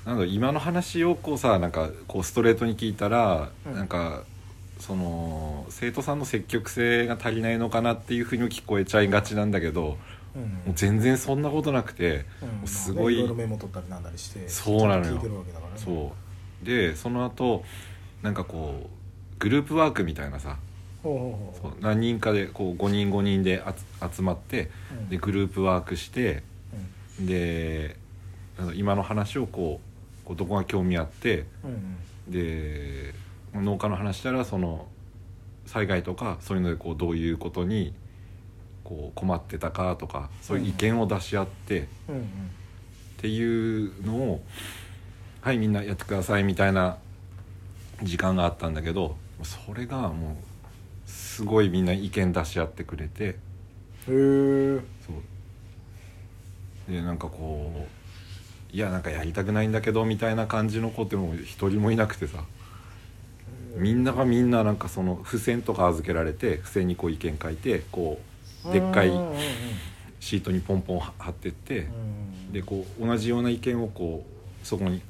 A: なんだろう今の話をこうさなんかこうストレートに聞いたら、
B: うん
A: なんかその生徒さんの積極性が足りないのかなっていうふうにも聞こえちゃいがちなんだけど
B: うん
A: もう全然そんなことなくて、もうすごい,、
B: まあねろろメモ取ったりなんだりして
A: そうなのよ
B: 聞いてるわけだからね
A: そうでその後なんかこうグループワークみたいなさ
B: ほうほう
A: そ
B: ほ
A: う
B: う
A: 何人かでこう5人5人で集集まって
B: うん
A: でグループワークして。
B: うん
A: であの今の話をこうこうどこが興味あって
B: うんうん
A: で農家の話したらその災害とかそういうのでこうどういうことにこう困ってたかとかそういう意見を出し合ってっ
B: うんうん
A: ていうのを「はいみんなやってください」みたいな時間があったんだけどそれがもうすごいみんな意見出し合ってくれて。
B: へえ
A: そうでなんかこういやなんかやりたくないんだけどみたいな感じの子ってもう一人もいなくてさみんながみんななんかその付箋とか預けられて付箋にこう意見書いてこうでっかい
B: うんうんうん
A: シートにポンポン貼ってって
B: うん
A: でこう同じような意見をこうそこに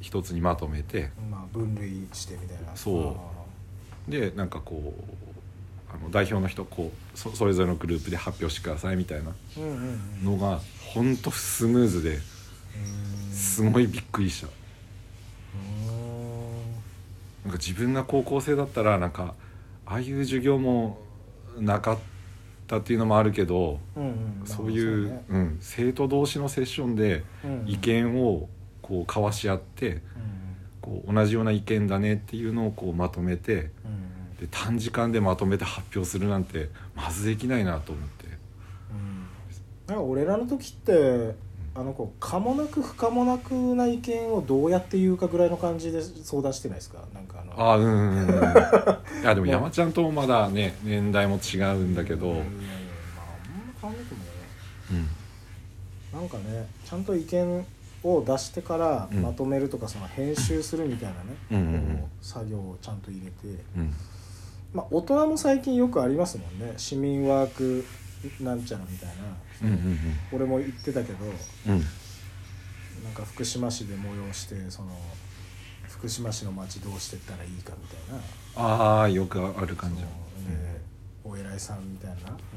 A: 一つにまとめて
B: まあ分類してみたいな
A: そうでなんかこうあの代表の人こうそそれぞれのグループで発表してくださいみたいな
B: うんうんうん
A: のがほんとスムーズですごいびっくりした。なんか自分が高校生だったらなんかああいう授業もなかったっていうのもあるけど
B: うんうん
A: そういう
B: まあそうね
A: ん、生徒同士のセッションで
B: うん
A: 意見をこう交わし合って
B: うん
A: こう同じような意見だねっていうのをこうまとめて
B: うん
A: で短時間でまとめて発表するなんてまずできないなと思って
B: うんなんか俺らの時ってあのこう可もなく不可もなくな意見をどうやって言うかぐらいの感じで相談してないですかなんかあの
A: ああうんうんうんうんいやでも山ちゃんともまだね年代も違うんだけど、
B: う
A: うん
B: ま
A: ん
B: ああんま変わんないと思うねなんかねちゃんと意見を出してから
A: うん
B: まとめるとか、その編集するみたいなね、
A: うんうんうん
B: こう作業をちゃんと入れて、
A: うん
B: まあ、大人も最近よくありますもんね市民ワークなんちゃらみたいな、
A: うんうん
B: 俺も言ってたけど
A: うんうん
B: なんか福島市で催してその福島市の街どうしてったらいいかみたいな
A: ああよくある感じ
B: そのでお偉いさんみたい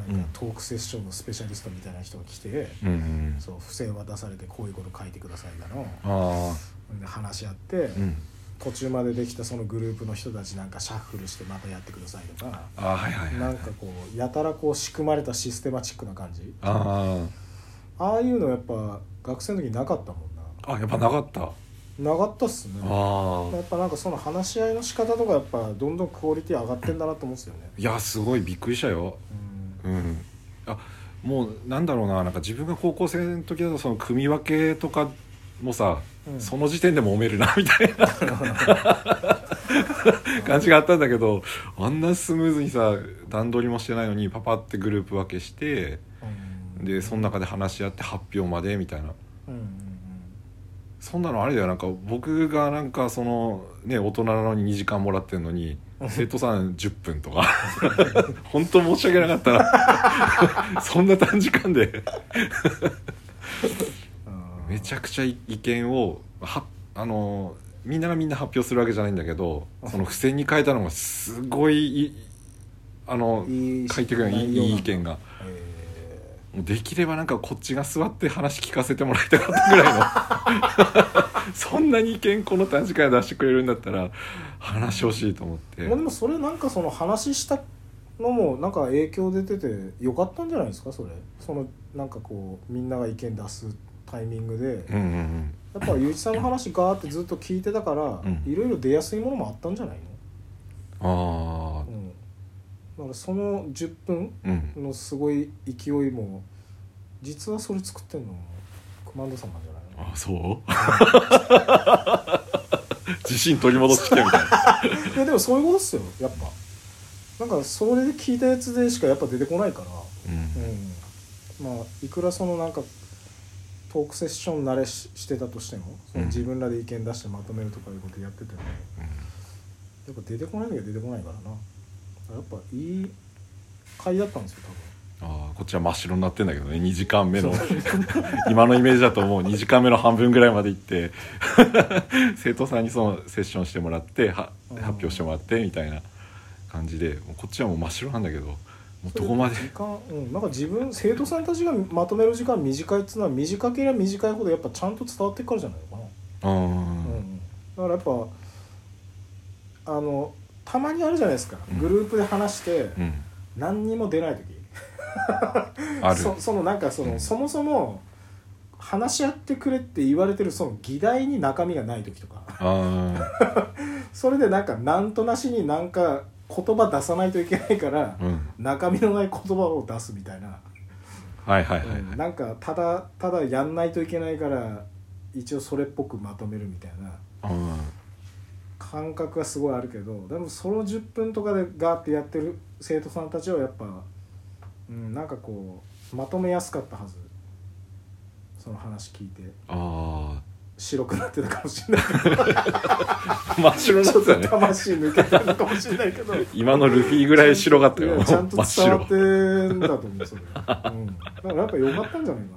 B: ななんかトークセッションのスペシャリストみたいな人が来て、
A: うんうんうん
B: そう付箋渡されてこういうこと書いてくださいだの
A: あ
B: で話し合って、
A: あうん
B: 途中までできたそのグループの人たちなんかシャッフルしてまたやってくださいとか
A: ああはいはいはい
B: なんかこうやたらこう仕組まれたシステマチックな感じ
A: あ
B: ああいうのやっぱ学生の時なかったもんな
A: ああやっぱなかったあ
B: なかったっすね
A: あ
B: やっぱなんかその話し合いの仕方とかやっぱどんどんクオリティ上がってんだなと思うんですよね
A: いやすごいびっくりしたよ
B: うん
A: うんあもうなんだろうななんか自分が高校生の時だとその組み分けとかもさ、
B: うん
A: その時点でも揉めるなみたい な感じがあったんだけどあんなスムーズにさ段取りもしてないのにパパってグループ分けして
B: うん
A: でその中で話し合って発表までみたいな
B: うんうんうん
A: そんなのあれだよなんか僕がなんかそのね大人なのに2時間もらってんのに生徒さん10分とか 本当申し訳なかったな そんな短時間で
B: あー
A: めちゃくちゃ意見をはあのみんながみんな発表するわけじゃないんだけどその付箋に書いたのがすごいいあの
B: いい
A: 書いてくるいいいい意見が
B: え
A: もうできればなんかこっちが座って話聞かせてもらいたかったぐらいの そんなに意見この短時間で出してくれるんだったら話してほしいと思って
B: ーまあでもそれなんかその話したのもなんか影響出ててよかったんじゃないですかそれそのなんかこうみんなが意見出すタイミングで
A: うんうんうん
B: やっぱゆういちさんの話ガーってずっと聞いてたから
A: うん
B: いろいろ出やすいものもあったんじゃない
A: あ
B: の、うん、だからその10分
A: あうん
B: のすごい勢いも実はそれ作ってんのクマンドさんなんじゃないの
A: あそう 自信取り戻してきてみたいない
B: やでもそう いうことっすよやっぱなんかそれで聞いたやつでしかやっぱ出てこないから
A: うん
B: うんまあいくらそのなんかトークセッション慣れししてたとしてもその
A: うん
B: 自分らで意見出してまとめるとかいうことやってても、やっぱ出てこない時は出てこないからなやっぱいい回だったんですよ
A: ああこっちは真っ白になってんだけどね2時間目の今のイメージだともう2時間目の半分ぐらいまで行って 生徒さんにそのセッションしてもらっては
B: うん
A: 発表してもらってみたいな感じでもうこっちはもう真っ白なんだけどもう
B: 多分
A: どこまで
B: 時間うんなんか自分生徒さんたちがまとめる時間短いっつうのは短ければ短いほどやっぱちゃんと伝わってくからじゃないのかな
A: う
B: うんうんんだからやっぱあのたまにあるじゃないですかグループで話して
A: うん
B: 何にも出ない時
A: ある
B: そそのなんかその、
A: うん
B: そもそも話し合ってくれって言われてるその議題に中身がない時とか
A: あ
B: それでなんかなんとなしになんか言葉出さないといけないから
A: あ、うん
B: 中身のない言葉を出すみたいな、
A: はいはいはいはい、
B: うんなんかただただやんないといけないから一応それっぽくまとめるみたいな
A: うん
B: 感覚はすごいあるけどでもその10分とかでガーってやってる生徒さんたちはやっぱ、うん、なんかこうまとめやすかったはずその話聞いて
A: あ
B: 白くなってたかもし れないけ
A: あ真っ白
B: ど
A: にな
B: ちょ
A: っ
B: って
A: た
B: と
A: ね
B: 魂抜けたのかもしれないけど
A: 今のルフィぐらい白かった
B: い
A: よ
B: やちゃんと
A: 真っ
B: 伝わ
A: 白
B: ってんだと思うそれ、うん、だからやっぱ良かったんじゃないか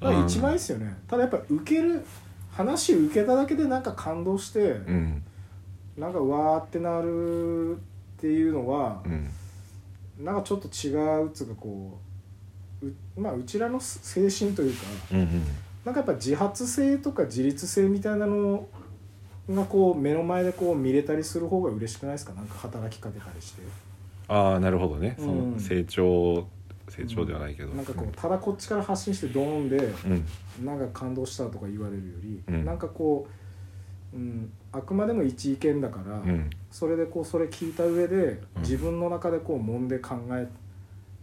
B: なだから一番いいっすよね、ただやっぱ受ける話受けただけでなんか感動して、
A: うん
B: なんかわーってなるっていうのは
A: う、ん
B: なんかちょっと違うっつうかこううまあうちらの精神というか
A: うんうん
B: なんかやっぱ自発性とか自律性みたいなのがこう目の前でこう見れたりする方が嬉しくないですかなんか働きかけたりして
A: ああなるほどね、そ
B: うん
A: の成長成長ではないけど、
B: なんかこうただこっちから発信してドーンで
A: うん、うん
B: なんか感動したとか言われるより、
A: うん
B: なんかこう、うん、あくまでも一意見だから、
A: うん
B: それでこうそれ聞いた上で
A: うん
B: 自分の中でこう揉んで考え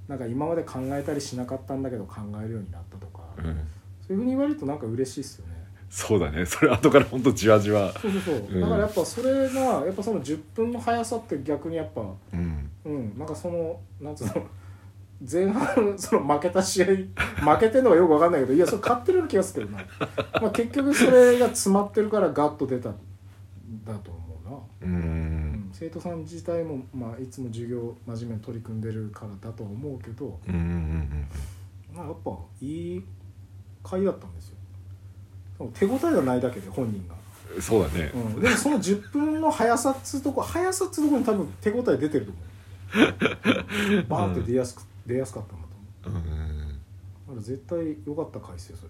B: なんか今まで考えたりしなかったんだけど考えるようになったとか、
A: うん、
B: そういうふうに言われるとなんか嬉しいっすよね
A: そうだねそ れ後からほんとじわじわ
B: そうそうそう、
A: うん
B: だからやっぱそれがやっぱその10分の速さって逆にやっぱ
A: うん
B: うんなんかそのなんつうの前半 その負けた試合負けてんのがよく分かんないけどいやそれ勝ってるような気がするけどな、まあ、結局それが詰まってるからガッと出たんだと思うな
A: うん、うん
B: 生徒さん自体も、まあ、いつも授業真面目に取り組んでるからだとは思うけど、
A: うんうん
B: まあ、やっぱいい回だったんですよでも手応えがないだけで本人が、
A: うんそうだね、
B: うん、でもその10分の速さっつうとこ速さっつうとこに多分手応え出てると思うバーンって出やすく、出やすかったんだと
A: うん
B: 思うだから絶対良かった回ですよそれ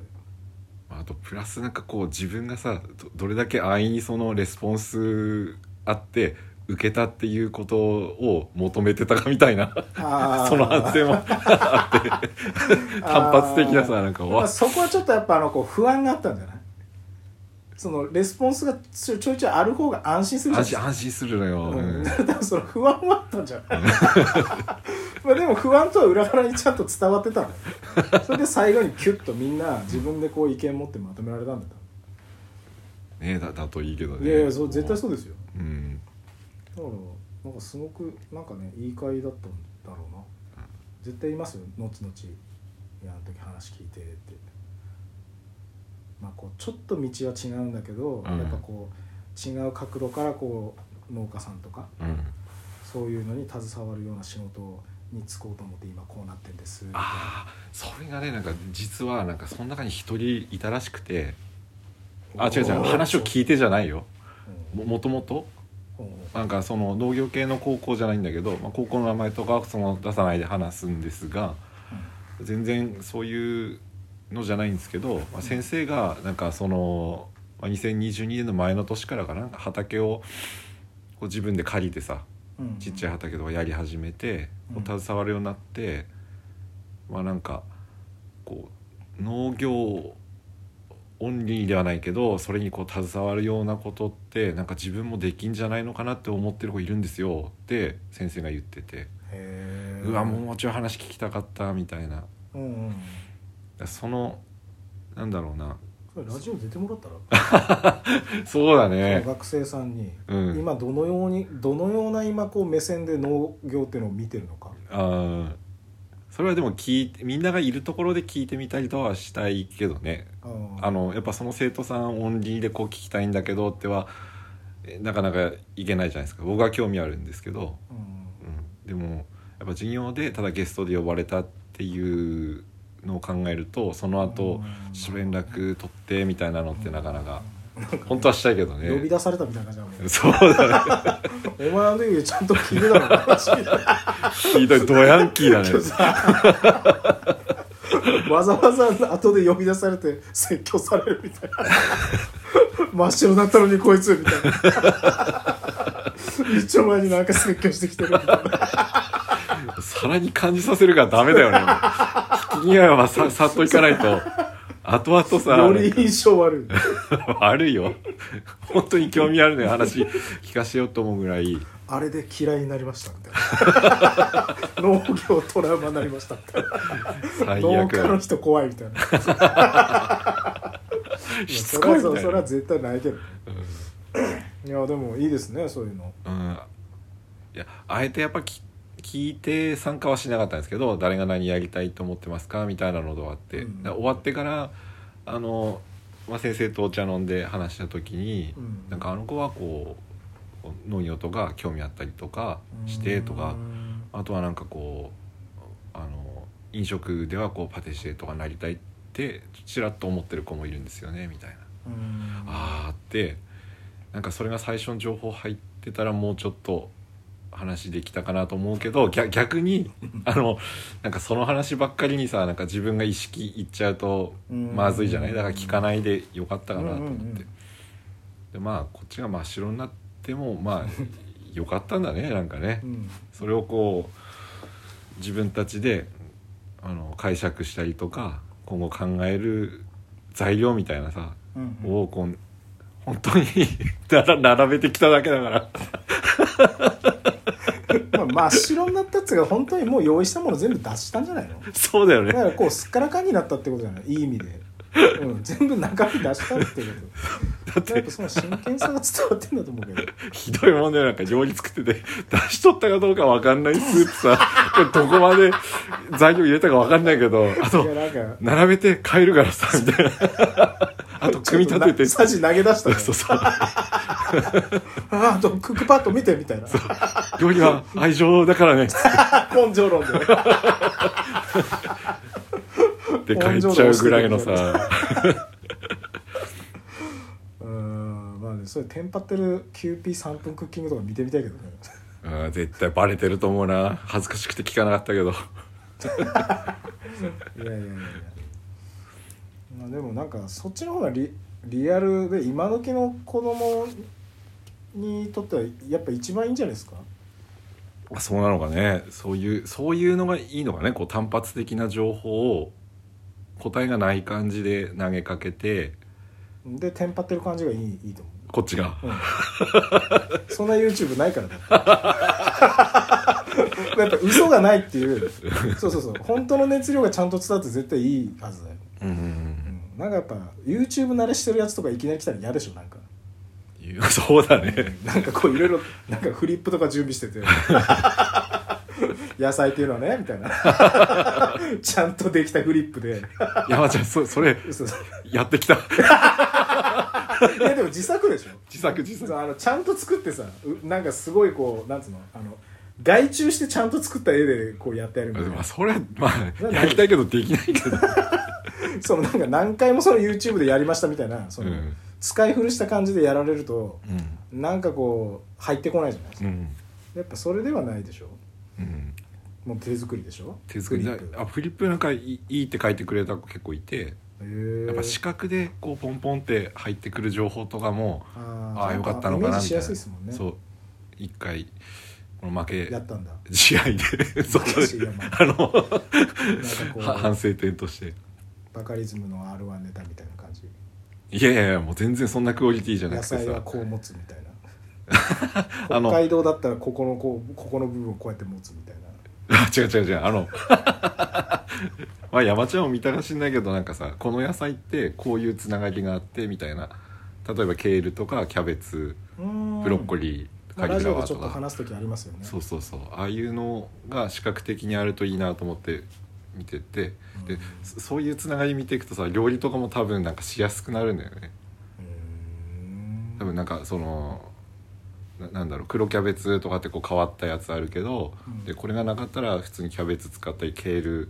A: あとプラスなんかこう自分がさどどれだけ安易にそのレスポンスあって受けたっていうことを求めてたかみたいな
B: あー
A: その反省もあ って単発的なさなんか
B: やっぱ
A: わ
B: そこはちょっとやっぱあのこう不安があったんじゃないそのレスポンスがちょちょいちょいある方が安心するじゃ
A: 安
B: ないです
A: 心安心する
B: か
A: のよ、う
B: うん
A: ん、
B: 多分その不安はあったんじゃない まあでも不安とは裏腹にちゃんと伝わってたのよそれで最後にキュッとみんな自分でこう意見持ってまとめられたんだと
A: ねだだといいけど
B: 思う
A: ね
B: いやいやそう絶対そうですよ
A: うん
B: だからなんかすごくなんかねいい会だったんだろうな絶対言いますよ後々いやあの時話聞いてってまあこうちょっと道は違うんだけど、
A: うん
B: やっぱこう違う角度からこう農家さんとか
A: うん
B: そういうのに携わるような仕事に就こうと思って今こうなってんです
A: ああそれがねなんか実はなんかその中に一人いたらしくてあ違う違う話を
B: い
A: 聞いてじゃないよ
B: て
A: ももともとなんかその農業系の高校じゃないんだけど、まあ、高校の名前とかはその出さないで話すんですが全然そういうのじゃないんですけど、まあ、先生がなんかその、まあ、2022年の前の年からかな畑をこう自分で借りてさちっちゃい
B: い
A: 畑とかやり始めて、
B: うん
A: こう携わるようになってまあなんかこう農業オンリーではないけどそれにこう携わるようなことってなんか自分もできんじゃないのかなって思ってる子いるんですよって先生が言ってて、
B: へ
A: うわもう
B: う
A: もうちょい話聞きたかったみたいな
B: うんうん
A: そのなんだろうな
B: これラジオ出てもらったら
A: そうだ
B: その
A: ね
B: 学生さんに
A: うん
B: 今どのようにどのような今こう目線で農業っていうのを見てるのか
A: あーそれはでも聞いてみんながいるところで聞いてみたりとはしたいけどねあ
B: の
A: のやっぱその生徒さんオンリーでこう聞きたいんだけどってはえなかなかいけないじゃないですか僕は興味あるんですけど、うん、でもやっぱ授業でただゲストで呼ばれたっていうのを考えるとその後ちょっと連絡取ってみたいなのってなかなか本当はしたいけど
B: 呼び
A: ね
B: 出されたみたいな感じだもんね
A: そうだね
B: お前あの時ちゃんと聞いてたのか話聞いてた
A: ひどいドヤンキーだね
B: 今日さわざわざ後で呼び出されて説教されるみたいな真っ白だったのにこいつみたい な一丁前になんか説教してきてるみたいな
A: さらに感じさせるからダメだよね聞きにはささっといかないと後々さ
B: より印象悪い
A: 悪いよ本当に興味あるね話聞かせようと思うぐらい
B: あれで嫌いになりましたみたい な農業トラウマになりましたみたいな
A: 最
B: 農
A: 悪
B: 家の
A: だ
B: 人怖いみたいな
A: しつこいみ
B: それは
A: たい
B: それ
A: な
B: は絶対ないけど、いやでもいいですねそういうの
A: うんいやあえてやっぱき聞いて参加はしなかったんですけど誰が何やりたいと思ってますかみたいなので終わって、
B: うん
A: だから終わってからあの、まあ、先生とお茶飲んで話した時に、
B: うん
A: なんかあの子はこう農業とか興味あったりとかしてとか、
B: うん
A: あとはなんかこうあの飲食ではこうパティシエとかなりたいってちらっと思ってる子もいるんですよねみたいな
B: うん
A: ああってなんかそれが最初の情報入ってたらもうちょっと話できたかなと思うけど逆逆にあのなんかその話ばっかりにさなんか自分が意識いっちゃうと
B: うん
A: まずいじゃないだから聞かないでよかったかなと思って、
B: うんうんうん
A: でまあこっちが真っ白になってもまあよかったんだねなんかね。
B: うん
A: それをこう自分たちであの解釈したりとか今後考える材料みたいなさ、
B: うんうん
A: をこう 本当になら並べてきただけだから
B: まあ分真っ白になったやつが本当にもう用意したもの全部出したんじゃないの
A: そうだよ
B: だか
A: ね
B: らこうすっからかんになったってことじゃないいい意味で、うん、全部中身出したっていう ことだってやっぱその真剣さが伝わってんだと思うけど
A: ひどいもんだよなんか料理作ってて出しとったかどうかわかんないスープさこれどこまで材料入れたかわかんないけどあ
B: いや
A: と
B: なんか
A: 並べて変えるからさみたいなあと組み立てて
B: ちょっとなサジ投げ出した
A: そう
B: ね
A: そうそう
B: ああとクックパッド見てみたいな
A: 料理は愛情だからね
B: 根性論 で
A: って変えちゃうぐらいのさ
B: うーんまあねそれテンパってる QP3 分クッキングとか見てみたいけどね
A: うん絶対バレてると思うな恥ずかしくて聞かなかったけど
B: いやいやいやいやまあでもなんかそっちの方がリリアルで今時の子供にとってはやっぱ一番いいんじゃないですか
A: あそうなのかねそういうそういうのがいいのかねこう単発的な情報を答えがない感じで投げかけて
B: でテンパってる感じがいいいいと思う
A: こっちが
B: そんな YouTube ないからだって やっぱ嘘がないっていうそうそうそう本当の熱量がちゃんと伝わって絶対いいはずだよ、
A: うんうんう
B: うんん、なんかやっぱ YouTube 慣れしてるやつとかいきなり来たら嫌でしょなんか
A: いうそうだね
B: なんかこういろいろなんかフリップとか準備してて野菜っていうのはねみたいなちゃんとできたフリップで
A: 山ちゃんそそれ
B: 嘘嘘
A: やってきた
B: いやでも自作でしょ
A: 自作自
B: そう
A: 作
B: あのちゃんと作ってさうなんかすごいこうなんつうのあの外注してちゃんと作った絵でこうやってやるみたい
A: まあ
B: な
A: それまあ
B: な
A: やりたいけどできないけど
B: そのなんか何回もその YouTube でやりましたみたいなその、
A: うん
B: 使い古した感じでやられると
A: うん
B: なんかこう入ってこないじゃないです
A: う
B: か、
A: ん
B: やっぱそれではないでしょ
A: うん
B: もう手作りでしょ
A: 手作り
B: フ
A: だ
B: リップ
A: あフリップなんかいいいいって書いてくれた子結構いて
B: へー
A: やっぱ視覚でこうポンポンって入ってくる情報とかも
B: あ
A: ああ
B: ー
A: よかったのか
B: イメー
A: な
B: ジ
A: みい
B: したや
A: な
B: すいですもんね
A: そう一回この負け
B: やったんだ
A: 試 合でそこ
B: 悔しい
A: で
B: よま
A: あの
B: なんかこ
A: は反
B: う
A: 省点として
B: バカリズムの r 1ネタみたいな感じ
A: いやいやいやもう全然そんなクオリティじゃな
B: 野
A: くて
B: 菜は
A: さ
B: こう持つみたいな
A: あの
B: 北海道だったらここのこうここの部分をこうやって持つみたいな
A: あ違う違う違うあの まあ山ちゃんを見たかしんないけどなんかさこの野菜ってこういうつながりがあってみたいな例えばケールとかキャベツブロッコ
B: リ
A: リーカ
B: ラ
A: リ
B: ジ
A: フラ
B: オで
A: ワー
B: ち
A: と
B: ょっと
A: か
B: 話す時ありますよね
A: そうそうそうああいうのが視覚的にあるといいなと思って見てて
B: うん
A: でそそういうつながり見ていくとさ料理とかも多分なんかしやすくなるんだよね
B: う
A: 多分なんかそのななんだろう黒キャベツとかってこう変わったやつあるけど、
B: うん
A: でこれがなかったら普通にキャベツ使ったりケール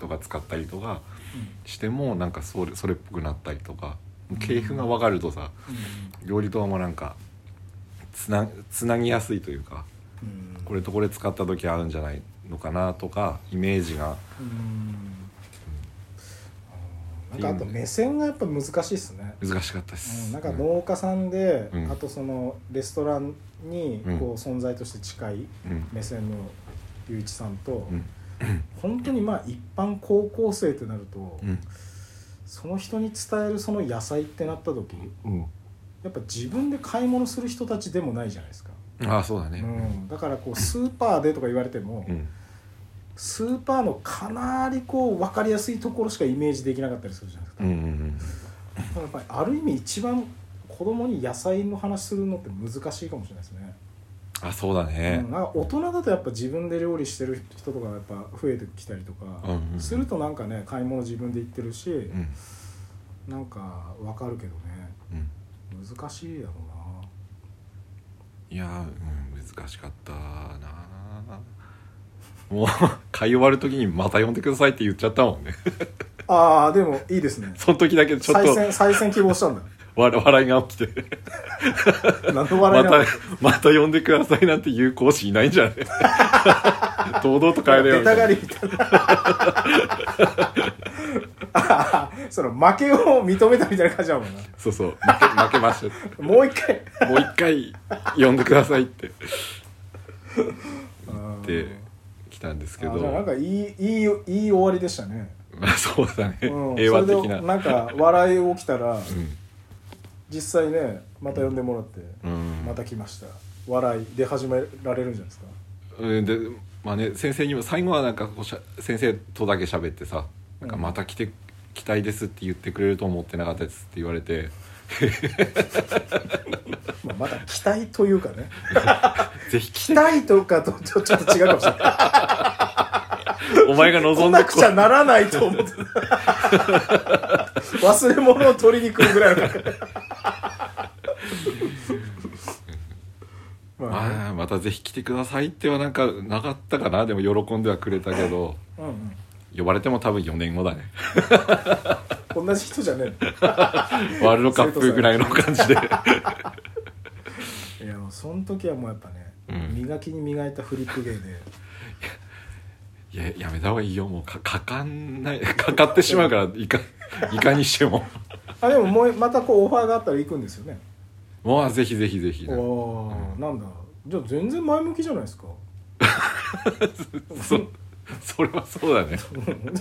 A: とか使ったりとかしてもなんかそれそれっぽくなったりとかもう系譜が分かるとさ料理とはもうなんかつなつなぎやすいというか。
B: うんうん
A: これとこれ使った時合うんじゃないのかなとかイメージが
B: うんなんかあと目線がやっぱ難しいですね
A: 難しかったで
B: う
A: す、
B: んなんか農家さんで、
A: うん
B: あとそのレストランに
A: うん
B: こう存在として近い
A: うん
B: 目線の雄一さんと、
A: うん
B: 本当にまあ一般高校生ってなると、
A: うん
B: その人に伝えるその野菜ってなった時
A: うん
B: やっぱ自分で買い物する人たちでもないじゃないですか、
A: うんああそうだね
B: うん、だからこうスーパーでとか言われても、
A: うん
B: スーパーのかなりこう分かりやすいところしかイメージできなかったりするじゃないですか
A: うんうん
B: やっぱりある意味一番子供に野菜の話するのって難しいかもしれないですね、
A: あそうだね
B: うん、なんか大人だとやっぱ自分で料理してる人とかがやっぱ増えてきたりと
A: うん
B: か
A: うんうん
B: するとなんかね買い物自分で行ってるし、
A: うん
B: なんかわかるけどね
A: うん
B: 難しいだろ
A: いやーうん難しかったなもう 買い終わる時に「また呼んでください」って言っちゃったもんね
B: うなああでもいいですね
A: その時だけちょっ
B: 再
A: と
B: 選再選希望したんだ
A: 笑笑いが起きて
B: 何の
A: ま
B: 笑い
A: た
B: なの
A: また 呼んでくださいなんて言う講師いないんじゃない 堂々と帰れよ
B: 出
A: みた
B: た
A: いな
B: がりみたいな あーその負けを認めたみたいな感じだもんな
A: そうそう負け負けました
B: もう一回
A: もう一回呼んでくださいって
B: あ
A: 言っ
B: ー
A: てきたんですけ
B: あ
A: ど
B: じゃあなんかいいいいいい終わりでしたね、
A: まあそうだね、
B: うん、
A: 平和
B: そ
A: 的
B: れ
A: な
B: でなんか笑い起きたら
A: うん、
B: 実際ねまた呼んでもらって、
A: うん
B: また来ました笑い出始められるんじゃないですか
A: うんでまあね先生にも最後はなんかこうしゃ先生とだけ喋ってさ「なんか
B: うん
A: また来て来たいです」って言ってくれると思ってなかったですって言われて
B: まあ、まだ期待というかね
A: 「ぜひ来
B: 期待とかとちょちょっと違うかもしれない
A: てお前が望
B: 来
A: んで
B: なくちゃならない と思ってた忘れ物を取りに来る ぐらいの感覚まあね、
A: まあまたぜひ来てください」ってはなんかなかったかなでも喜んではくれたけど
B: うんうん
A: 呼ばれても多分4年後だね
B: 同じ人じゃね
A: ワールドカップぐらいの感じで
B: えのいやもうその時はもうやっぱね、
A: うん
B: 磨きに磨いたフリップ芸で
A: いややめた方がいいよもうかかかんない かかってしまうからいかいかにしても
B: あでももうまたこうオファーがあったら行くんですよね
A: もうぜひぜひぜひ
B: おおー、なんだじゃあ全然前向きじゃないで すか
A: そそれはそうだね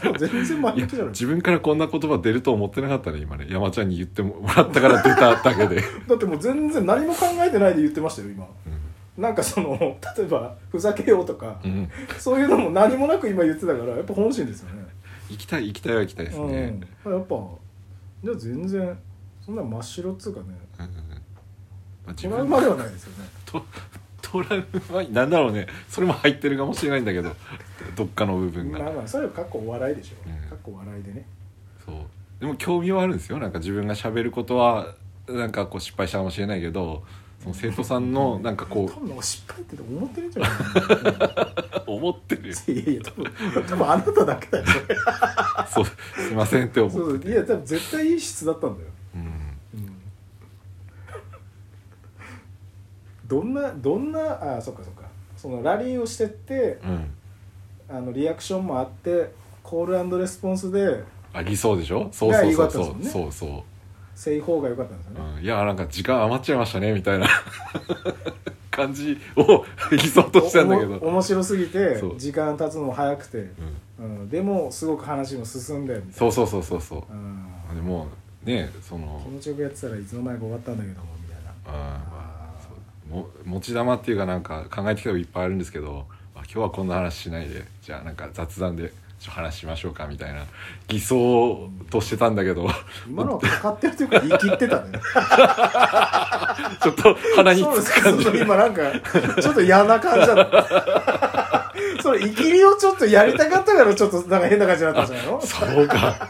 B: でも全然前
A: いや
B: 向きじゃない
A: 自分からこんな言葉出ると思ってなかったね今ね山ちゃんに言ってもらったから出ただけ で
B: だってもう全然何も考えてないで言ってましたよ今なんかその例えばふざけようとか、
A: うん、うん
B: そういうのも何もなく今言ってたからやっぱ本心ですよね
A: 行きたい行きたいは行きたいですね、
B: うん、やっぱじゃあ全然そんな真っ白っつうかね
A: うんまあ、自
B: トラウマ
A: 分
B: ではないですよね
A: トトラウマなんだろうねそれも入ってるかもしれないんだけどどっかの部分が、
B: まあまあそれはかっこお笑いでしょ、
A: うん
B: かっこお笑いでね
A: そうでも興味はあるんですよなんか自分が喋ることはなんかこう失敗したかもしれないけどその生徒さんのなんかこ
B: 多
A: う
B: 分なんか失敗って思ってるんじゃないかな
A: 思ってるよ
B: いやいや多分多分あなただけだよ
A: そうすいませんって思
B: そうういや多分絶対いい質だったんだよ、
A: うん
B: うん、どんなどんなあそっかそっかそのラリーをしてって
A: うん
B: あのリアクションもあってコールレスポンスで
A: ありそうでしょそうそうそうそ
B: いや良かっ
A: う、
B: たですもん
A: そうそ
B: 正方が良かったんですよ
A: う、
B: ね、
A: うん、いやなんか時間余っちゃいましたねみたいな感じを理想としたんだけ
B: お
A: ど
B: も面白すぎて
A: そう
B: 時間経つのも早くて、
A: うん
B: うん、でもすごく話も進んでみたいな
A: そうそうそうそうそう
B: うん
A: でもねその
B: 気持ちよくやってたらいつの間にか終わったんだけどもみたいな
A: あーまあそうも持ち玉っていうかなんか考えてきたこといっぱいあるんですけど、あ、今日はこんな話しないでじゃあなんか雑談でちょっと話しましょうかみたいな偽装としてたんだけ ど
B: 今のはかかってるというか言い切ってたね
A: ちょっと 鼻に
B: そう
A: つく感じ
B: そう今なんかちょっと嫌な感じだった それいきりをちょっとやりたかったからちょっとなんか変な感じになったんじゃないの
A: そうか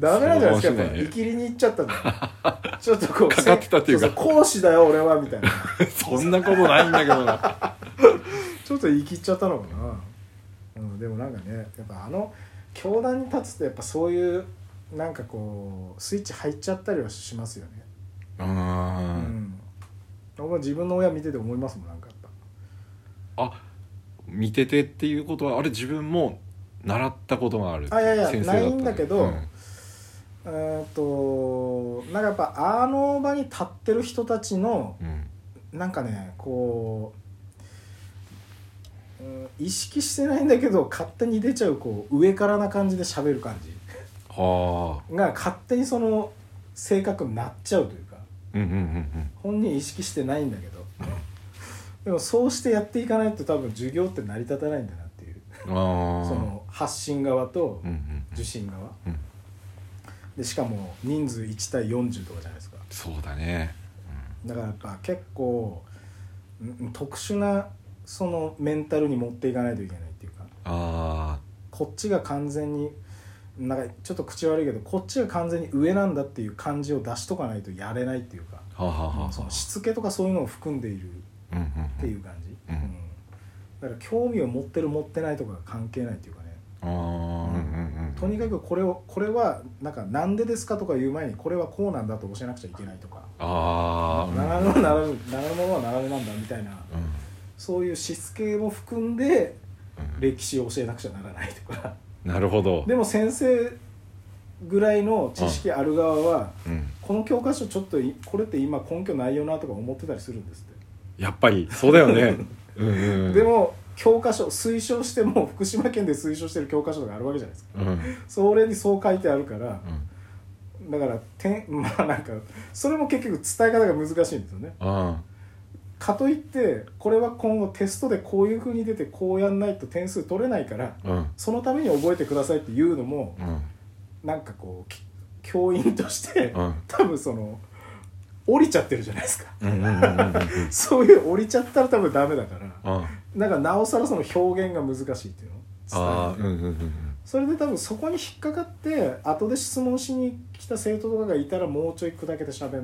B: ダメなんじゃな
A: そうかも
B: いです
A: しれな
B: か
A: い
B: やっぱ
A: ね
B: いきりに行っちゃったんだよ ちょっとこう
A: かかってたっていうか
B: そそ講師だよ俺はみたいな
A: そんなことないんだけどな
B: ちょっと言い切っちゃったのかな、うん、でもなんかねやっぱあの教壇に立つとやっぱそういうなんかこうスイッチ入っちゃったりはしますよね
A: う
B: う
A: ーん
B: ん、僕は自分の親見てて思いますもんなんかやっぱ
A: あ見ててっていうことはあれ自分も習ったことがある
B: あいやいや
A: った
B: ないんだけど
A: うん
B: えーっとなんかやっぱあの場に立ってる人たちの
A: うん
B: なんかねこう、うん、意識してないんだけど勝手に出ちゃうこう上からな感じで喋る感じ
A: はあ
B: が勝手にその性格になっちゃうというか
A: うんうんうんうん
B: 本人意識してないんだけどでもそうしてやっていかないと多分授業って成り立たないんだなっていう
A: あー
B: その発信側と
A: うんうん
B: 受信側
A: うん
B: でしかも人数1対40とかじゃないですか
A: そうだね
B: だからやっぱ結構ん特殊なそのメンタルに持っていかないといけないっていうか
A: あ
B: こっちが完全になんかちょっと口悪いけどこっちが完全に上なんだっていう感じを出しとかないとやれないっていうか
A: あはあはあはあ
B: そのしつけとかそういうのを含んでいるっ
A: うんうんうん
B: ていう感じ、
A: うん
B: だから興味を持ってる持ってないとかが関係ないっていうかね、
A: あーうんうんうん
B: とにかくこれをこれはなんかなんでですかとか言う前にこれはこうなんだと教えなくちゃいけないとか、
A: ああ
B: ならぬならぬならぬものはならぬなんだみたいな
A: うんうん
B: そういうしつけも含んで
A: うん
B: 歴史を教えなくちゃならないとか
A: なるほど
B: でも先生ぐらいの知識ある側は
A: うん
B: この教科書ちょっといこれって今根拠ないよなとか思ってたりするんですって
A: やっぱりそうだよねうんうん
B: でも教科書推奨しても福島県で推奨してる教科書とかあるわけじゃないですか
A: うんうん
B: それにそう書いてあるからだからてんまあなんかそれも結局伝え方が難しいんですよね
A: うん
B: かといってこれは今後テストでこういう風に出てこうやんないと点数取れないから
A: うん
B: そのために覚えてくださいっていうのも
A: うん
B: なんかこうき教員として
A: うん
B: 多分その降りちゃってるじゃないですか
A: うんうんうんうんうん
B: そういう降りちゃったら多分ダメだから
A: あ
B: なんかなおさらその表現が難しいっていうの伝える
A: あーうんうんうん
B: それで多分そこに引っかかって後で質問しに来た生徒とかがいたらもうちょい砕けて喋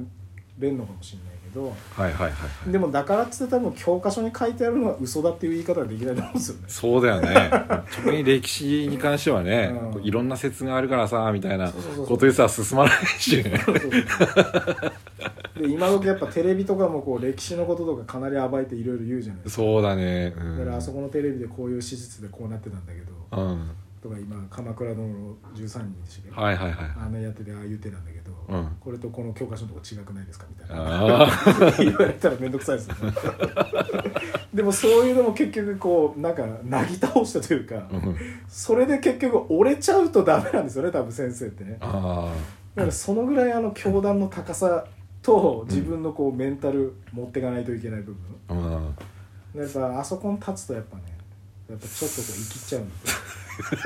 B: れんのかもしれないけど
A: はいはいはいはい
B: でもだからっつって多分教科書に書いてあるのは嘘だっていう言い方はできないと思うんですよ ね
A: そうだよね特に歴史に関してはね、
B: うん
A: こういろんな説があるからさみたいな
B: そうそうそうそう
A: ことでさ進まないしね
B: そうそうそうで今時やっぱテレビとかもこう歴史のこととかかなり暴いていろいろ言うじゃないですか
A: そうだねう
B: だ
A: ん
B: からあそこのテレビでこういう史実でこうなってたんだけど
A: うん
B: とか今「鎌倉殿の13人」でしたっけ
A: はいはいはい
B: あんなやっててああ言うてなんだけど、
A: うん
B: これとこの教科書のとこ違くないですかみたいな
A: ああ
B: 言われたら面倒くさいですよ ねでもそういうのも結局こうなんかなぎ倒したというか、
A: うん
B: それで結局折れちゃうとダメなんですよね多分先生ってねだ
A: あ
B: からそのぐらいあの教団の高さと自分のこうメンタル持っていかないといけない部分、
A: あうん
B: やっぱあそこに立つとやっぱねやっぱちょっとこう生きちゃうん ですよ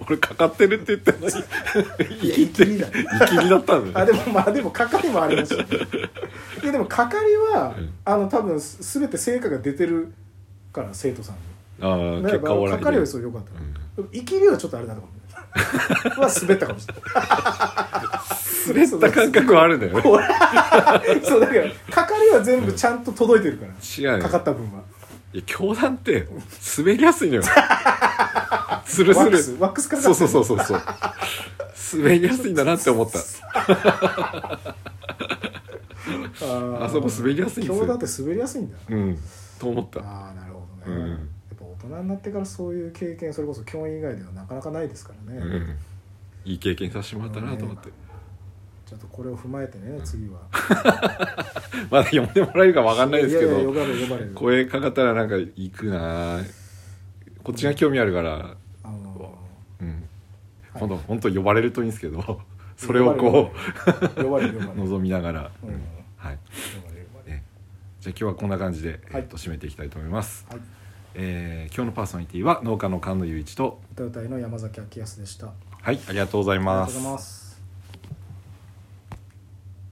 A: 俺かかってるって言ってない
B: いや生きりだね
A: 生きりだったんだ
B: あ
A: よ
B: でもまあでも係も ありました、ね、いやでも係は、
A: うん
B: あの多分す全て成果が出てるから生徒さんに
A: ああ
B: だ
A: 結果
B: から
A: オーライ
B: 係はそうよかった、
A: うん
B: でも生きるはちょっとあれだと思う は滑ったかもしれない滑
A: だ感覚はあるんだよね
B: そうだから係は全部ちゃんと届いてるから、
A: 違うよ
B: かかった分はい
A: や教団って滑りやすいのよスル
B: ワック
A: ス
B: ス
A: ル
B: ワックスかかって
A: そう
B: る
A: そうそうそうそう滑りやすいんだなって思った
B: あー
A: あそこ滑りやすいんですよ
B: 教団って滑りやすいんだ
A: うんと思った
B: ああなるほどね、
A: うん
B: やっぱ大人になってからそういう経験それこそ教員以外ではなかなかないですからね、
A: うんいい経験させてもらったなと思って
B: ちょっとこれを踏まえてね次は
A: まだ読んでもらえるかわかんないですけ
B: いやいや呼
A: ど
B: ばれる呼ばれる
A: 声かかったらなんか行くなこっちが興味あるから
B: あ の
A: うん
B: はい
A: 今度本当呼ばれるといいんですけ どそれをこ
B: う呼ばれる呼ば
A: う
B: れる
A: 望みながら
B: うん
A: はい
B: 呼ばれる呼ばれる
A: ねじゃあ今日はこんな感じでえ
B: はい
A: っと締めていきたいと思います
B: はい
A: えー今日のパーソナリティは農家の菅野雄一と
B: 歌うたいの山崎明康でしたあり
A: はいありがとうござい
B: が
A: ま
B: とうござい
A: す
B: ます